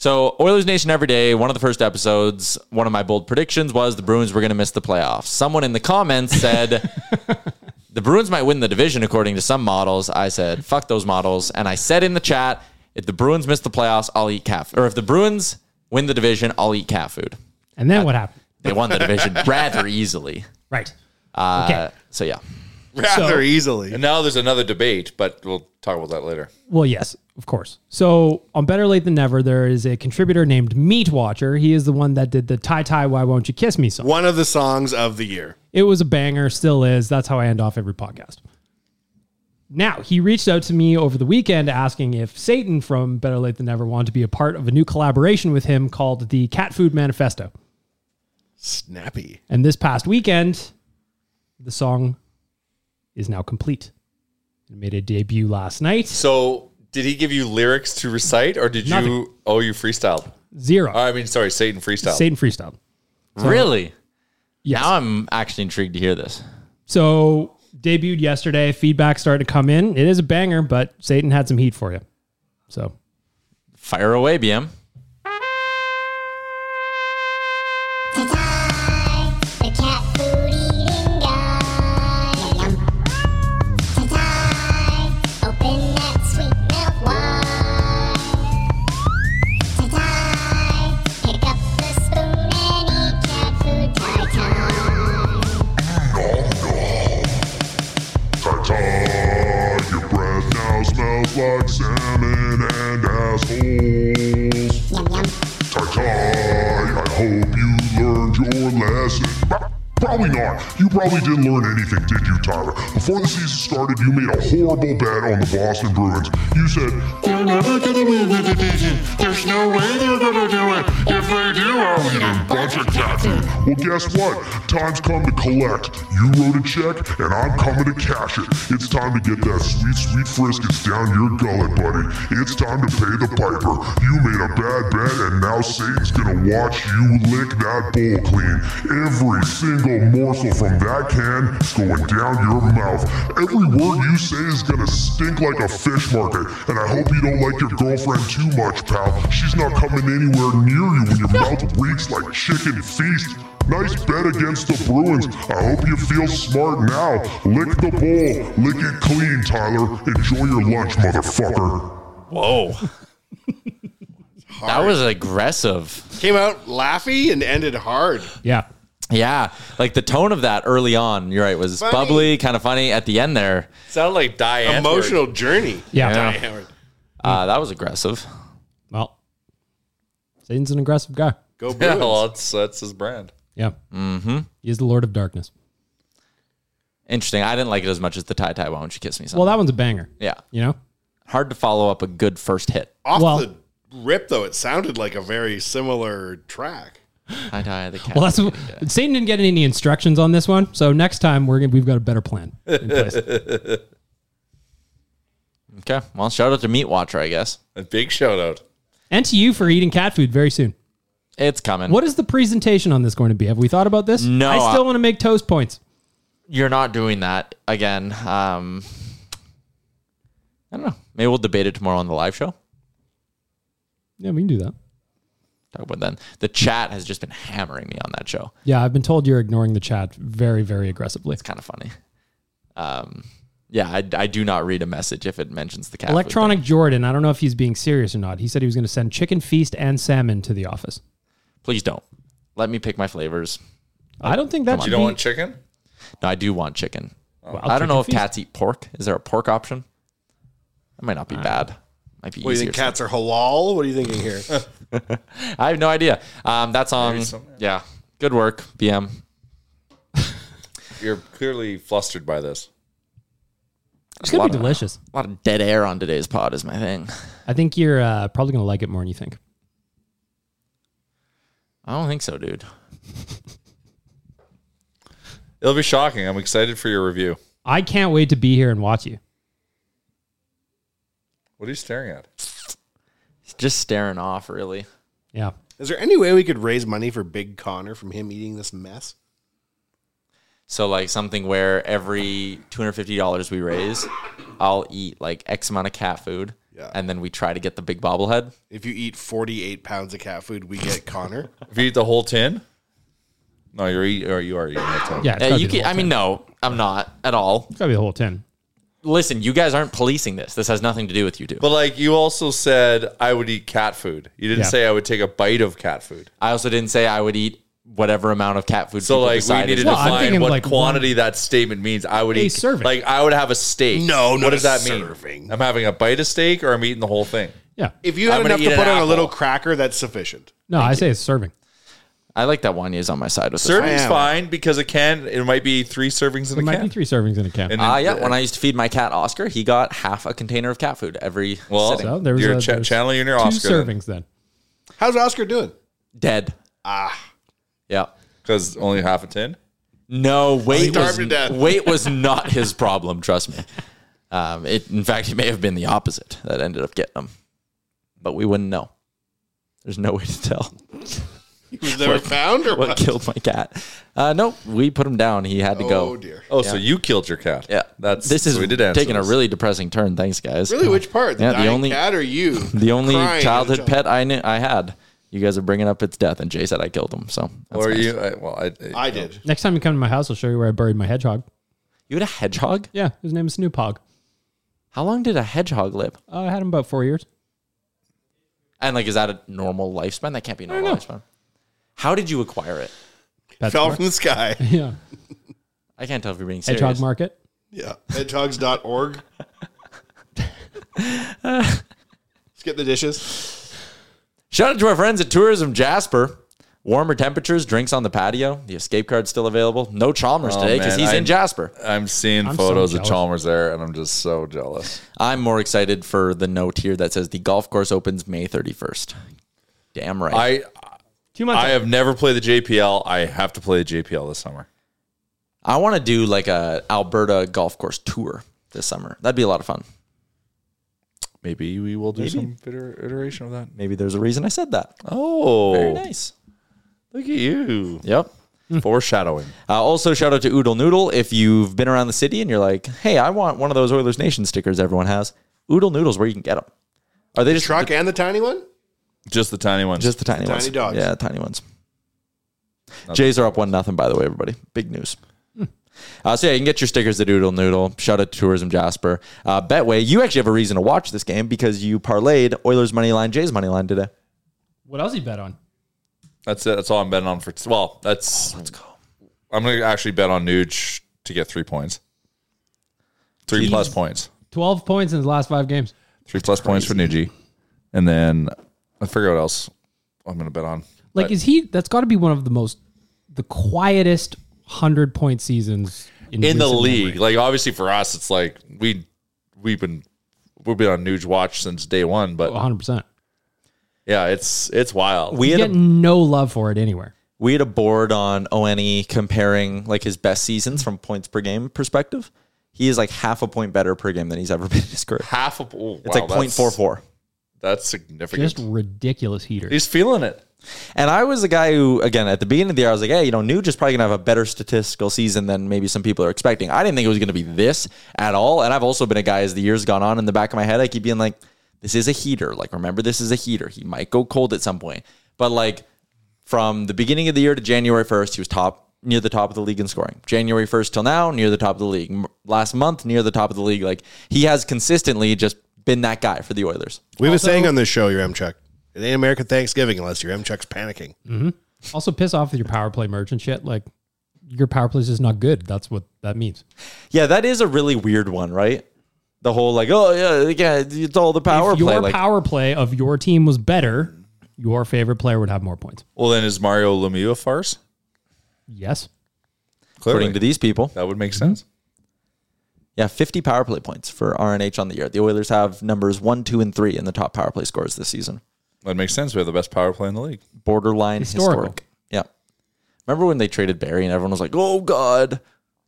S5: So, Oilers Nation every day, one of the first episodes, one of my bold predictions was the Bruins were going to miss the playoffs. Someone in the comments said the Bruins might win the division according to some models. I said, "Fuck those models." And I said in the chat, if the Bruins miss the playoffs, I'll eat cat or if the Bruins win the division, I'll eat cat food.
S6: And then what happened?
S5: They won the division rather easily.
S6: Right.
S5: Uh,
S6: Okay.
S5: so yeah.
S7: Rather
S6: So-
S8: easily.
S7: And now there's another debate, but we'll talk about that later.
S6: Well, yes, of course. So on Better Late Than Never, there is a contributor named Meat Watcher. He is the one that did the Tie Tie Why Won't You Kiss Me song.
S8: One of the songs of the year.
S6: It was a banger, still is. That's how I end off every podcast. Now, he reached out to me over the weekend asking if Satan from Better Late Than Never wanted to be a part of a new collaboration with him called the Cat Food Manifesto.
S8: Snappy.
S6: And this past weekend, the song is now complete. It made a debut last night.
S7: So did he give you lyrics to recite or did
S6: Nothing.
S7: you oh you freestyled?
S6: Zero.
S7: I mean sorry, Satan freestyle.
S6: Satan freestyle. So-
S5: really?
S6: Yes.
S5: Now I'm actually intrigued to hear this.
S6: So debuted yesterday. Feedback started to come in. It is a banger, but Satan had some heat for you. So
S5: Fire away, BM.
S10: Your breath now smells like salmon and assholes. Yum, yum. Ty, I hope you learned your lesson. Probably not. You probably didn't learn anything, did you, Tyler? Before the season started, you made a horrible bet on the Boston Bruins. You said, They're never going to win the division. There's no way they're going to do it. If they do, I'll eat a bunch of cat food. Well, guess what? Time's come to collect. You wrote a check, and I'm coming to cash it. It's time to get that sweet, sweet friskets down your gullet, buddy. It's time to pay the piper. You made a bad bet, and now Satan's gonna watch you lick that bowl clean. Every single morsel from that can is going down your mouth. Every word you say is gonna stink like a fish market. And I hope you don't like your girlfriend too much, pal. She's not coming anywhere near you when your mouth reeks like chicken feast. Nice bet against the Bruins. I hope you feel smart now. Lick the bowl. Lick it clean, Tyler. Enjoy your lunch, motherfucker.
S5: Whoa. that was aggressive.
S8: Came out laughy and ended hard.
S6: Yeah.
S5: Yeah. Like the tone of that early on, you're right, was
S8: Funny.
S5: bubbly, kind of funny. At the end there,
S7: Sounded like Diane.
S8: Emotional journey.
S6: Yeah.
S8: Diane Howard.
S5: uh,
S6: Hmm.
S5: that was aggressive.
S6: well, Satan's an aggressive guy.
S7: Go yeah, well, that's that's his brand.
S6: Yeah.
S5: Mm-hmm.
S6: He is the Lord of Darkness.
S5: Interesting. I didn't like it as much as the tie tie. Why won't you kiss me? Something.
S6: Well, that one's a banger.
S5: yeah.
S6: You know?
S5: Hard to follow up a good first hit.
S6: Oh.
S8: Off the rip, though, it sounded like a very similar track.
S5: Tie tie the cat.
S6: Well, that's Satan didn't get any instructions on this one. So next time we're gonna, we've got a better plan. in place.
S5: okay. Well, shout out to Meat Watcher, I guess.
S7: A big shout out.
S6: and to you for eating cat food very soon.
S5: It's coming.
S6: What is the presentation on this going to be? Have we thought about this?
S5: No,
S6: I still
S5: I-
S6: want to make toast points.
S5: You're not doing that again. Um, I don't know. Maybe we'll debate it tomorrow on the live show.
S6: Yeah, we can do that.
S5: Talk about then. The chat has just been hammering me on that show.
S6: Yeah, I've been told you're ignoring the chat very, very aggressively. It's
S5: kind of funny. Um, yeah, I, I do not read a message if it mentions the cat. food
S6: Electronic Jordan, I don't know if he's being serious or not. He said he was going to send chicken feast and salmon to the office.
S5: thing. Please don't. Let me pick my flavors.
S6: I don't think that
S5: Come on.
S6: should be-
S7: chicken?
S5: No, I do want chicken.
S6: Well,
S5: I don't know if
S6: chicken feast.
S5: cats eat pork. Is there a pork option? That might
S6: Uh,
S5: not be bad. Might be
S8: What do you
S5: easier.
S8: think? Cats are halal? What are you thinking here?
S5: I have no idea. Um, that's on.
S7: Maybe some-
S5: Yeah, good work, BM.
S7: You're clearly flustered by this.
S6: It's gonna be delicious.
S5: A lot of dead air on today's pod is my thing.
S6: I think you're uh, probably going to like it more than you think.
S5: I don't think so, dude.
S7: It'll be shocking. I'm excited for your review.
S6: I can't wait to be here and watch you.
S7: What are you staring at?
S5: Just staring off, really.
S6: Yeah.
S8: Is there any way we could raise money for Big Connor from him eating this mess?
S5: So like something where every two hundred fifty dollars we raise, I'll eat like X amount of cat food, and then we try to get the big bobblehead.
S8: If you eat 48 pounds of cat food, we get Connor.
S7: If you eat the whole tin? No, you're eating, or you are eating that tin.
S6: Yeah, it's gotta
S5: Eh, you
S6: be the
S5: can,
S6: whole
S5: I mean,
S6: tin.
S5: no, I'm not at all.
S6: It's gotta be the whole ten.
S5: Listen, you guys aren't policing this. This has nothing to do with you two.
S7: But like you also said, I would eat cat food. You didn't
S5: Yeah.
S7: say I would take a bite of cat food.
S5: I also didn't say I would eat whatever amount of cat food.
S7: So
S5: people
S7: like we
S5: decide
S7: need to
S5: is-
S7: define what quantity that statement means. I would
S5: A
S7: eat
S5: serving.
S7: like I would have a steak.
S8: No,
S7: what
S8: not a
S7: does that mean? I'm having a bite of steak, or I'm eating the whole thing.
S6: Yeah.
S8: If you had
S7: I'm gonna
S8: enough to
S7: eat
S8: put on
S7: an
S8: a
S7: apple.
S8: little cracker, that's sufficient.
S6: No, I say it's serving.
S5: I like that Wanya is on my side with this.
S7: Serving's fine because a can it might be three servings in a
S6: There might
S7: can.
S6: be three servings in a can.
S7: And
S5: Ah,
S7: then-
S5: yeah. When I used to feed my cat Oscar, he got half a container of cat food every
S7: Well,
S5: sitting.
S7: So there was you're a- cha- there's channeling your two Oscar then.
S6: servings then.
S8: How's Oscar doing?
S5: Dead.
S8: Ah.
S5: Yeah.
S7: Because only half a tin?
S5: No, weight
S8: Starved
S5: was,
S8: to death.
S5: weight was not his problem, trust me. Um, it, in fact, it may have been the opposite that ended up getting him. But we wouldn't know. There's no way to tell.
S8: He was never found or
S5: what
S8: what?
S5: killed my cat. Uh, nope, we put him down. He had to go.
S8: Oh, dear.
S7: Oh, so you killed your cat.
S5: Yeah.
S7: That's
S5: This is
S7: so we did answer
S5: taking a
S7: this.
S5: really depressing turn. Thanks, guys.
S8: Really, which part? The
S5: Yeah, the
S8: dying
S5: only-
S8: cat or you?
S5: The only
S8: Crying is
S5: childhood
S8: a-
S5: pet I knew I had. You guys are bringing up its death, and Jay said I killed him. So, that's
S7: Or
S5: nice.
S7: you? I, well, I,
S8: I did.
S6: Next time you come to my house, I'll show you where I buried my hedgehog.
S5: You had a hedgehog?
S6: Yeah, his name is Snoop Hogg.
S5: How long did a hedgehog live?
S6: Uh, I had him about four years.
S5: And like, is that a normal lifespan? That can't be a normal lifespan. How did you acquire it?
S6: Pet
S8: Fell
S6: store.
S8: from the sky.
S6: Yeah.
S5: I can't tell if you're being serious.
S6: Hedgehog market.
S8: Yeah. Hedgehogs.org. Let's get the dishes.
S5: Shout out to our friends at Tourism Jasper. Warmer temperatures, drinks on the patio. The escape card's still available. No Chalmers
S7: Oh,
S5: today because
S7: man,
S5: he's
S7: I'm-
S5: in Jasper.
S7: I'm seeing
S5: I'm so
S7: photos of
S5: jealous.
S7: Chalmers there, and I'm just so jealous.
S5: I'm more excited for the note here that says the golf course opens May 31st. Damn right.
S7: I
S6: Two
S5: months
S7: I have never played the JPL. I have to play the JPL this summer.
S5: I want to do like a Alberta golf course tour this summer. That'd be a lot of fun.
S7: Maybe we will do
S5: Maybe.
S7: some iter- iteration of that.
S5: Maybe there's a reason I said that.
S7: Oh,
S5: Very nice.
S7: Look at you.
S5: Yep.
S7: Foreshadowing.
S5: Uh, also, shout out to Oodle Noodle. If you've been around the city and you're like, hey, I want one of those Oilers Nation stickers everyone has, Oodle Noodles, where you can get them. Are they just
S8: Truck and the tiny one?
S7: Just the tiny ones.
S5: Just the tiny,
S8: Tiny
S5: ones.
S8: dogs.
S5: Yeah, tiny ones.
S7: Not
S5: Jays are up one nothing, by the way, everybody. Big news. Uh, so yeah, you can get your stickers at Oodle Noodle. Shout out to Tourism Jasper. Uh, Betway, you actually have a reason to watch this game because you parlayed Oilers money line, Jays money line today.
S6: What else he bet on?
S7: That's it. That's all I'm betting on for. T- well,
S5: Oh,
S7: that's. let's go. I'm gonna actually bet on Nuge to get three points. Three plus points.
S6: Twelve points in his last five games.
S7: Three plus points for Nuge, and then I figure out what else I'm gonna bet on.
S6: Like,
S7: But
S6: is he? That's got to be one of the most, the quietest hundred point seasons in,
S7: in the
S6: recent memory.
S7: league? Like obviously for us, it's like we we've been we've been on Nuge watch since day one, but
S6: 100%.
S7: yeah, it's it's wild.
S5: We
S6: He's
S5: had a
S6: getting no love for it anywhere.
S5: we had a board on ONE comparing like his best seasons from points per game perspective. He is like half a point better per game than he's ever been in his career.
S7: half of oh,
S5: It's
S7: wow,
S5: like point
S7: that's-
S5: four four.
S7: That's significant.
S6: Just ridiculous heater.
S7: He's feeling it.
S5: And I was the guy who, again, at the beginning of the year, I was like, hey, you know, Nuge is probably going to have a better statistical season than maybe some people are expecting. I didn't think it was going to be this at all. And I've also been a guy as the years gone on in the back of my head, I keep being like, this is a heater. Like, remember, this is a heater. He might go cold at some point. But like, from the beginning of the year to January 1st, he was top near the top of the league in scoring. January 1st till now, near the top of the league. M- Last month, near the top of the league. Like, he has consistently just been that guy for the Oilers.
S8: We have a saying on this show, your M Chuck. It ain't American Thanksgiving unless your M Chuck's panicking.
S6: hmm Also, piss off with your power play merchant shit. Like, your power play is just not good. That's what that means.
S5: Yeah, that is a really weird one, right? The whole like, oh yeah, yeah, it's all the power
S6: if your
S5: play. Like,
S6: power play of your team was better, your favorite player would have more points.
S7: Well, then is Mario Lemieux a farce?
S6: Yes.
S5: according to these people,
S7: that would make sense.
S5: Yeah, fifty power play points for RNH on the year. The Oilers have numbers one, two, and three in the top power play scores this season.
S7: That makes sense. We have the best power play in the league.
S5: Borderline
S6: Historical.
S5: historic. Yeah, Remember when they traded Barry and everyone was like, "Oh God."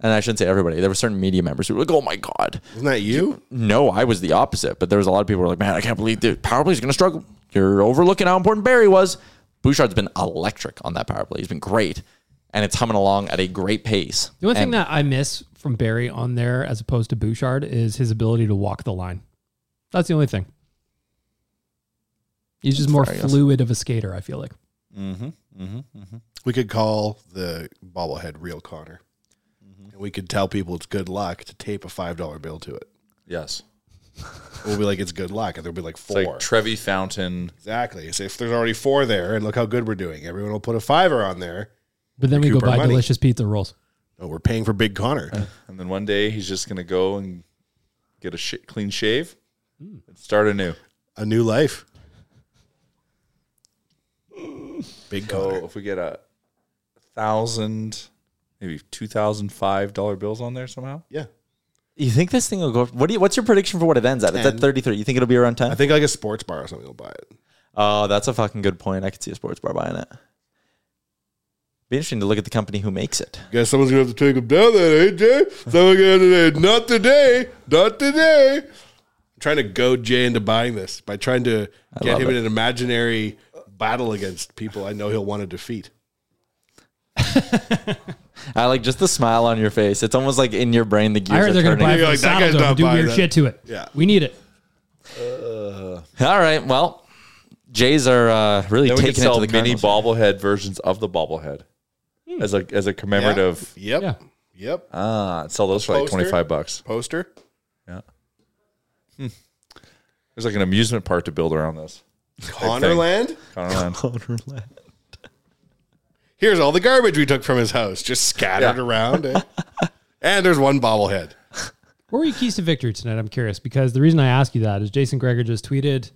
S5: And I shouldn't say everybody. There were certain media members who were like, "Oh my god!"
S8: Isn't that you?
S5: No, I was the opposite. But there was a lot of people who were like, "Man, I can't believe the power play is going to struggle." You're overlooking how important Barry was. Bouchard's been electric on that power play. He's been great, and it's humming along at a great pace.
S6: The only thing
S5: And-
S6: that I miss from Barry on there as opposed to Bouchard is his ability to walk the line. That's the only thing. He's just
S8: That's
S6: more
S8: fair, I guess.
S6: fluid of a skater, I feel like.
S8: Mm-hmm. Mm-hmm. Mm-hmm. We could call the bobblehead real Connor. And we could tell people it's good luck to tape a five dollar bill to it.
S7: Yes.
S8: We'll be like, it's good luck, and there'll be like
S7: It's
S8: four.
S7: like Trevi Fountain.
S8: exactly. So if there's already four there, and look how good we're doing, everyone will put a fiver on there.
S6: But then we go
S8: Recoup our
S6: buy
S8: money.
S6: delicious pizza rolls.
S8: Oh, we're paying for Big Connor.
S7: And then one day he's just going to go and get a sh- clean shave
S5: Hmm.
S7: and start anew.
S8: A new life. Big
S7: so if we get a thousand, maybe two thousand five dollar bills on there somehow.
S8: Yeah.
S5: You think this thing will go? What do you, what's your prediction for what it ends at? It's at
S8: Ten.
S5: 33. You think it'll be around 10?
S8: I think like a sports bar or something will buy it.
S5: Oh, that's a fucking good point. I could see a sports bar buying it. Be interesting to look at the company who makes it.
S8: Guess someone's gonna have to take him down there, AJ. Someone's gonna have to not today, not today. I'm trying to goad Jay into buying this by trying to
S5: I
S8: get
S5: love
S8: him in
S5: it.
S8: an imaginary battle against people I know he'll want to defeat.
S5: I like just the smile on your face. It's almost like in your brain the gears
S6: I heard
S5: are
S6: they're going to
S5: turning.
S6: buy it for the saddle dome and do weird shit to it.
S8: Yeah.
S6: We need it.
S5: All right. Well, Jays are uh, really
S7: Then we could
S5: taking it
S7: sell
S5: to the
S7: mini
S5: Cardinals.
S7: bobblehead versions of the bobblehead
S6: Hmm.
S7: as a as a commemorative.
S8: Yep. Yep.
S5: Uh,
S7: Ah, sell those for like
S8: Poster.
S7: twenty five bucks.
S8: Poster.
S7: Yeah. Hmm. There's like an amusement park to build around this.
S8: Connorland?
S7: Connorland.
S5: Connorland.
S8: Here's all the garbage we took from his house, just scattered
S6: Yeah.
S8: around. eh? and there's one bobblehead.
S6: What were your keys to victory tonight? I'm curious because the reason I ask you that is Jason Greger just tweeted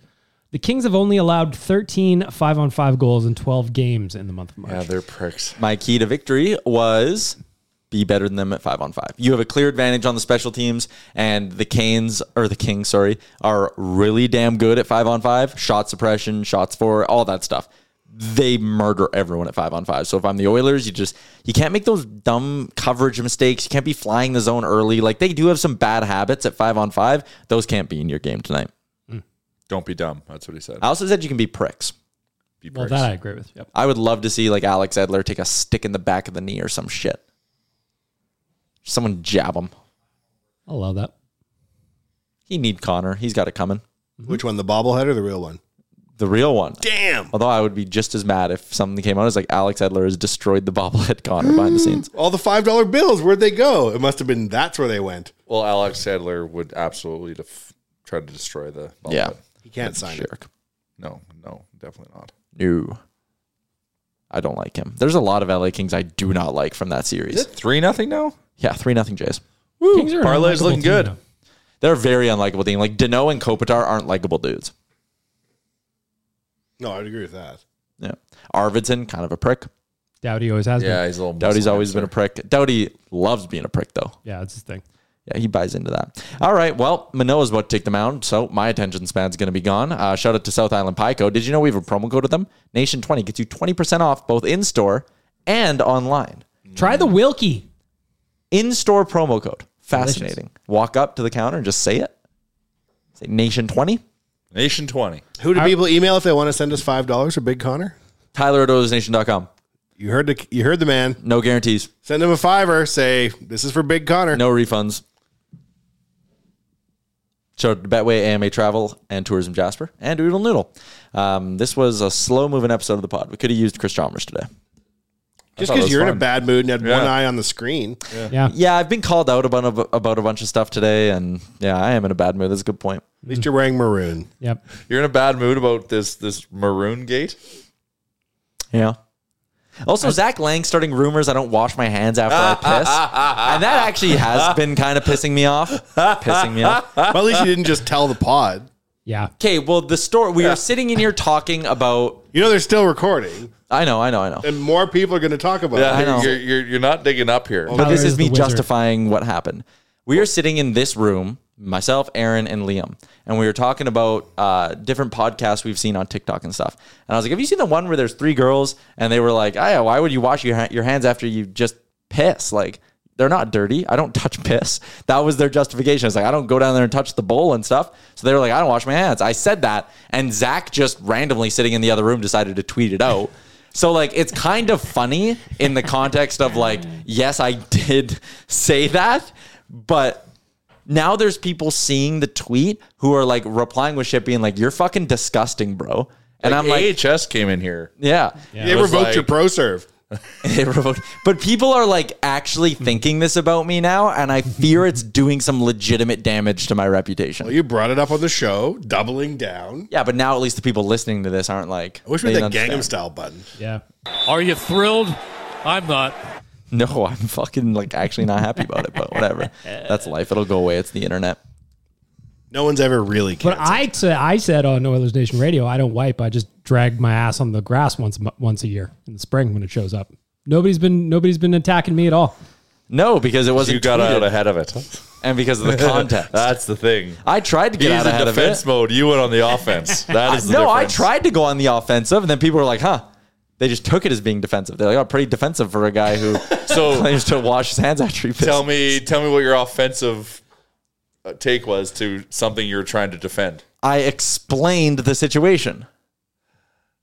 S6: the Kings have only allowed 13 five on five goals in 12 games in the month of March.
S7: Yeah, they're pricks.
S5: My key to victory was be better than them at five on five. You have a clear advantage on the special teams, and the Canes or the Kings, sorry, are really damn good at five on five. Shot suppression, shots for, all that stuff. They murder everyone at five on five. So if I'm the Oilers, you just you can't make those dumb coverage mistakes. You can't be flying the zone early. Like they do have some bad habits at five on five. Those can't be in your game tonight.
S7: Don't be dumb. That's what he said.
S5: I also said you can be pricks.
S7: Be
S6: Well, that I agree with. Yep.
S5: I would love to see like Alex Edler take a stick in the back of the knee or some shit. Someone jab him.
S6: I'll allow that.
S5: He need Connor. He's got it coming.
S8: Which one, the bobblehead or the real one?
S5: The real one.
S8: Damn.
S5: Although I would be just as mad if something came out as like Alex Edler has destroyed the bobblehead Connor behind the scenes.
S8: All the five dollar bills, where'd they go? It must have been that's where they went.
S7: Well, Alex Sadler would absolutely def- try to destroy the. bobblehead.
S5: Yeah.
S8: He can't sign it.
S7: No, no, definitely not.
S5: No. I don't like him. There's a lot of LA Kings I do not like from that series.
S7: Is it three nothing now?
S5: Yeah, three nothing Jays.
S6: Woo.
S7: Parlay's looking good.
S5: They're a very unlikable team. Like Dano and Kopitar aren't likable dudes.
S8: No, I'd agree with that.
S5: Yeah. Arvidsson, kind of a prick.
S6: Dowdy always has been.
S7: he's a little.
S5: Dowdy's always been a prick. Dowdy loves being a prick though.
S6: Yeah, that's his thing.
S5: Yeah, he buys into that. All right. Well, Manoa's about to take the mound, so my attention span's going to be gone. Uh, shout out to South Island Pico. Did you know we have a promo code with them? Nation20 gets you 20% off both in store and online.
S6: Try the Wilkie.
S5: In store promo code. Fascinating. Walk up to the counter and just say it. Say Nation20.
S7: Nation twenty.
S8: Who do people email if they want to send us five dollars or Big Connor?
S5: Tyler at OilsNation.com.
S8: You heard the you heard the man.
S5: No guarantees.
S8: Send him a fiver. Say this is for Big Connor.
S5: No refunds. Shout out to Betway, AMA Travel, and Tourism Jasper, and Doodle Noodle. Um, this was a slow moving episode of the pod. We could have used Chris Chalmers today. I
S8: Just
S5: thought it
S8: because
S5: was
S8: you're in a
S5: fun.
S8: bad mood and had one
S5: Yeah.
S8: eye on the screen.
S6: Yeah.
S5: Yeah, I've been called out about a, about a bunch of stuff today, and yeah, I am in a bad mood. That's a good point.
S8: At least you're wearing maroon.
S6: Yep.
S7: You're in a bad mood about this this maroon gate.
S5: Yeah. Also, Zach Lang starting rumors I don't wash my hands after I piss. and that actually has been kind of pissing me off. Pissing me off.
S8: well, at least you didn't just tell the pod.
S6: Yeah.
S5: Okay, well, the story, we are sitting in here talking about.
S8: You know they're still recording,
S5: I know, I know, I know.
S8: and more people are going to talk about
S7: Yeah,
S8: it.
S5: know.
S7: You're, you're you're not digging up here.
S5: But
S6: Tyler
S5: this
S6: is
S5: is
S6: the
S5: me
S6: wizard.
S5: justifying what happened. We are sitting in this room myself, Aaron, and Liam, and we were talking about uh, different podcasts we've seen on TikTok and stuff. And I was like, "Have you seen the one where there's three girls and they were like, oh, yeah, why would you wash your ha- your hands after you just piss? Like, they're not dirty. I don't touch piss. That was their justification. It's like I don't go down there and touch the bowl and stuff. So they were like, I don't wash my hands. I said that, and Zach just randomly sitting in the other room decided to tweet it out. So like it's kind of funny in the context of like, yes, I did say that, but now there's people seeing the tweet who are like replying with shit being like, You're fucking disgusting, bro. And I'm like
S7: AHS came in here.
S5: Yeah.
S8: They
S7: It was
S8: revoked
S7: like-
S8: your pro serve.
S5: They revoked- But people are like actually thinking this about me now, and I fear it's doing some legitimate damage to my reputation.
S8: Well, you brought it up on the show, doubling down.
S5: Yeah, but now at least the people listening to this aren't like.
S8: I wish we
S5: they
S8: had that
S5: understand.
S8: Gangnam Style button.
S6: Yeah.
S11: Are you thrilled? I'm not.
S5: No, I'm fucking like actually not happy about it, but whatever. That's life. It'll go away. It's the internet.
S8: No one's ever really.
S6: But I said I said on Oilers Nation Radio, I don't wipe. I just drag my ass on the grass once a mo- once a year in the spring when it shows up. Nobody's been nobody's been attacking me at all.
S5: No, because it wasn't.
S7: You got
S5: tweeted.
S7: out ahead of it.
S5: And because of the context.
S7: That's the thing.
S5: I tried to get
S7: He's
S5: out
S7: in
S5: ahead of
S7: defense
S5: it.
S7: mode. You went on the offense. That is the
S5: no,
S7: difference.
S5: I tried to go on the offensive, and then people were like, "Huh." They just took it as being defensive. They're like, "Oh, pretty defensive for a guy who
S7: So-
S5: claims to wash his hands after he pisses."
S7: Tell me, tell me what your offensive uh, take was to something you were trying to defend.
S5: I explained the situation.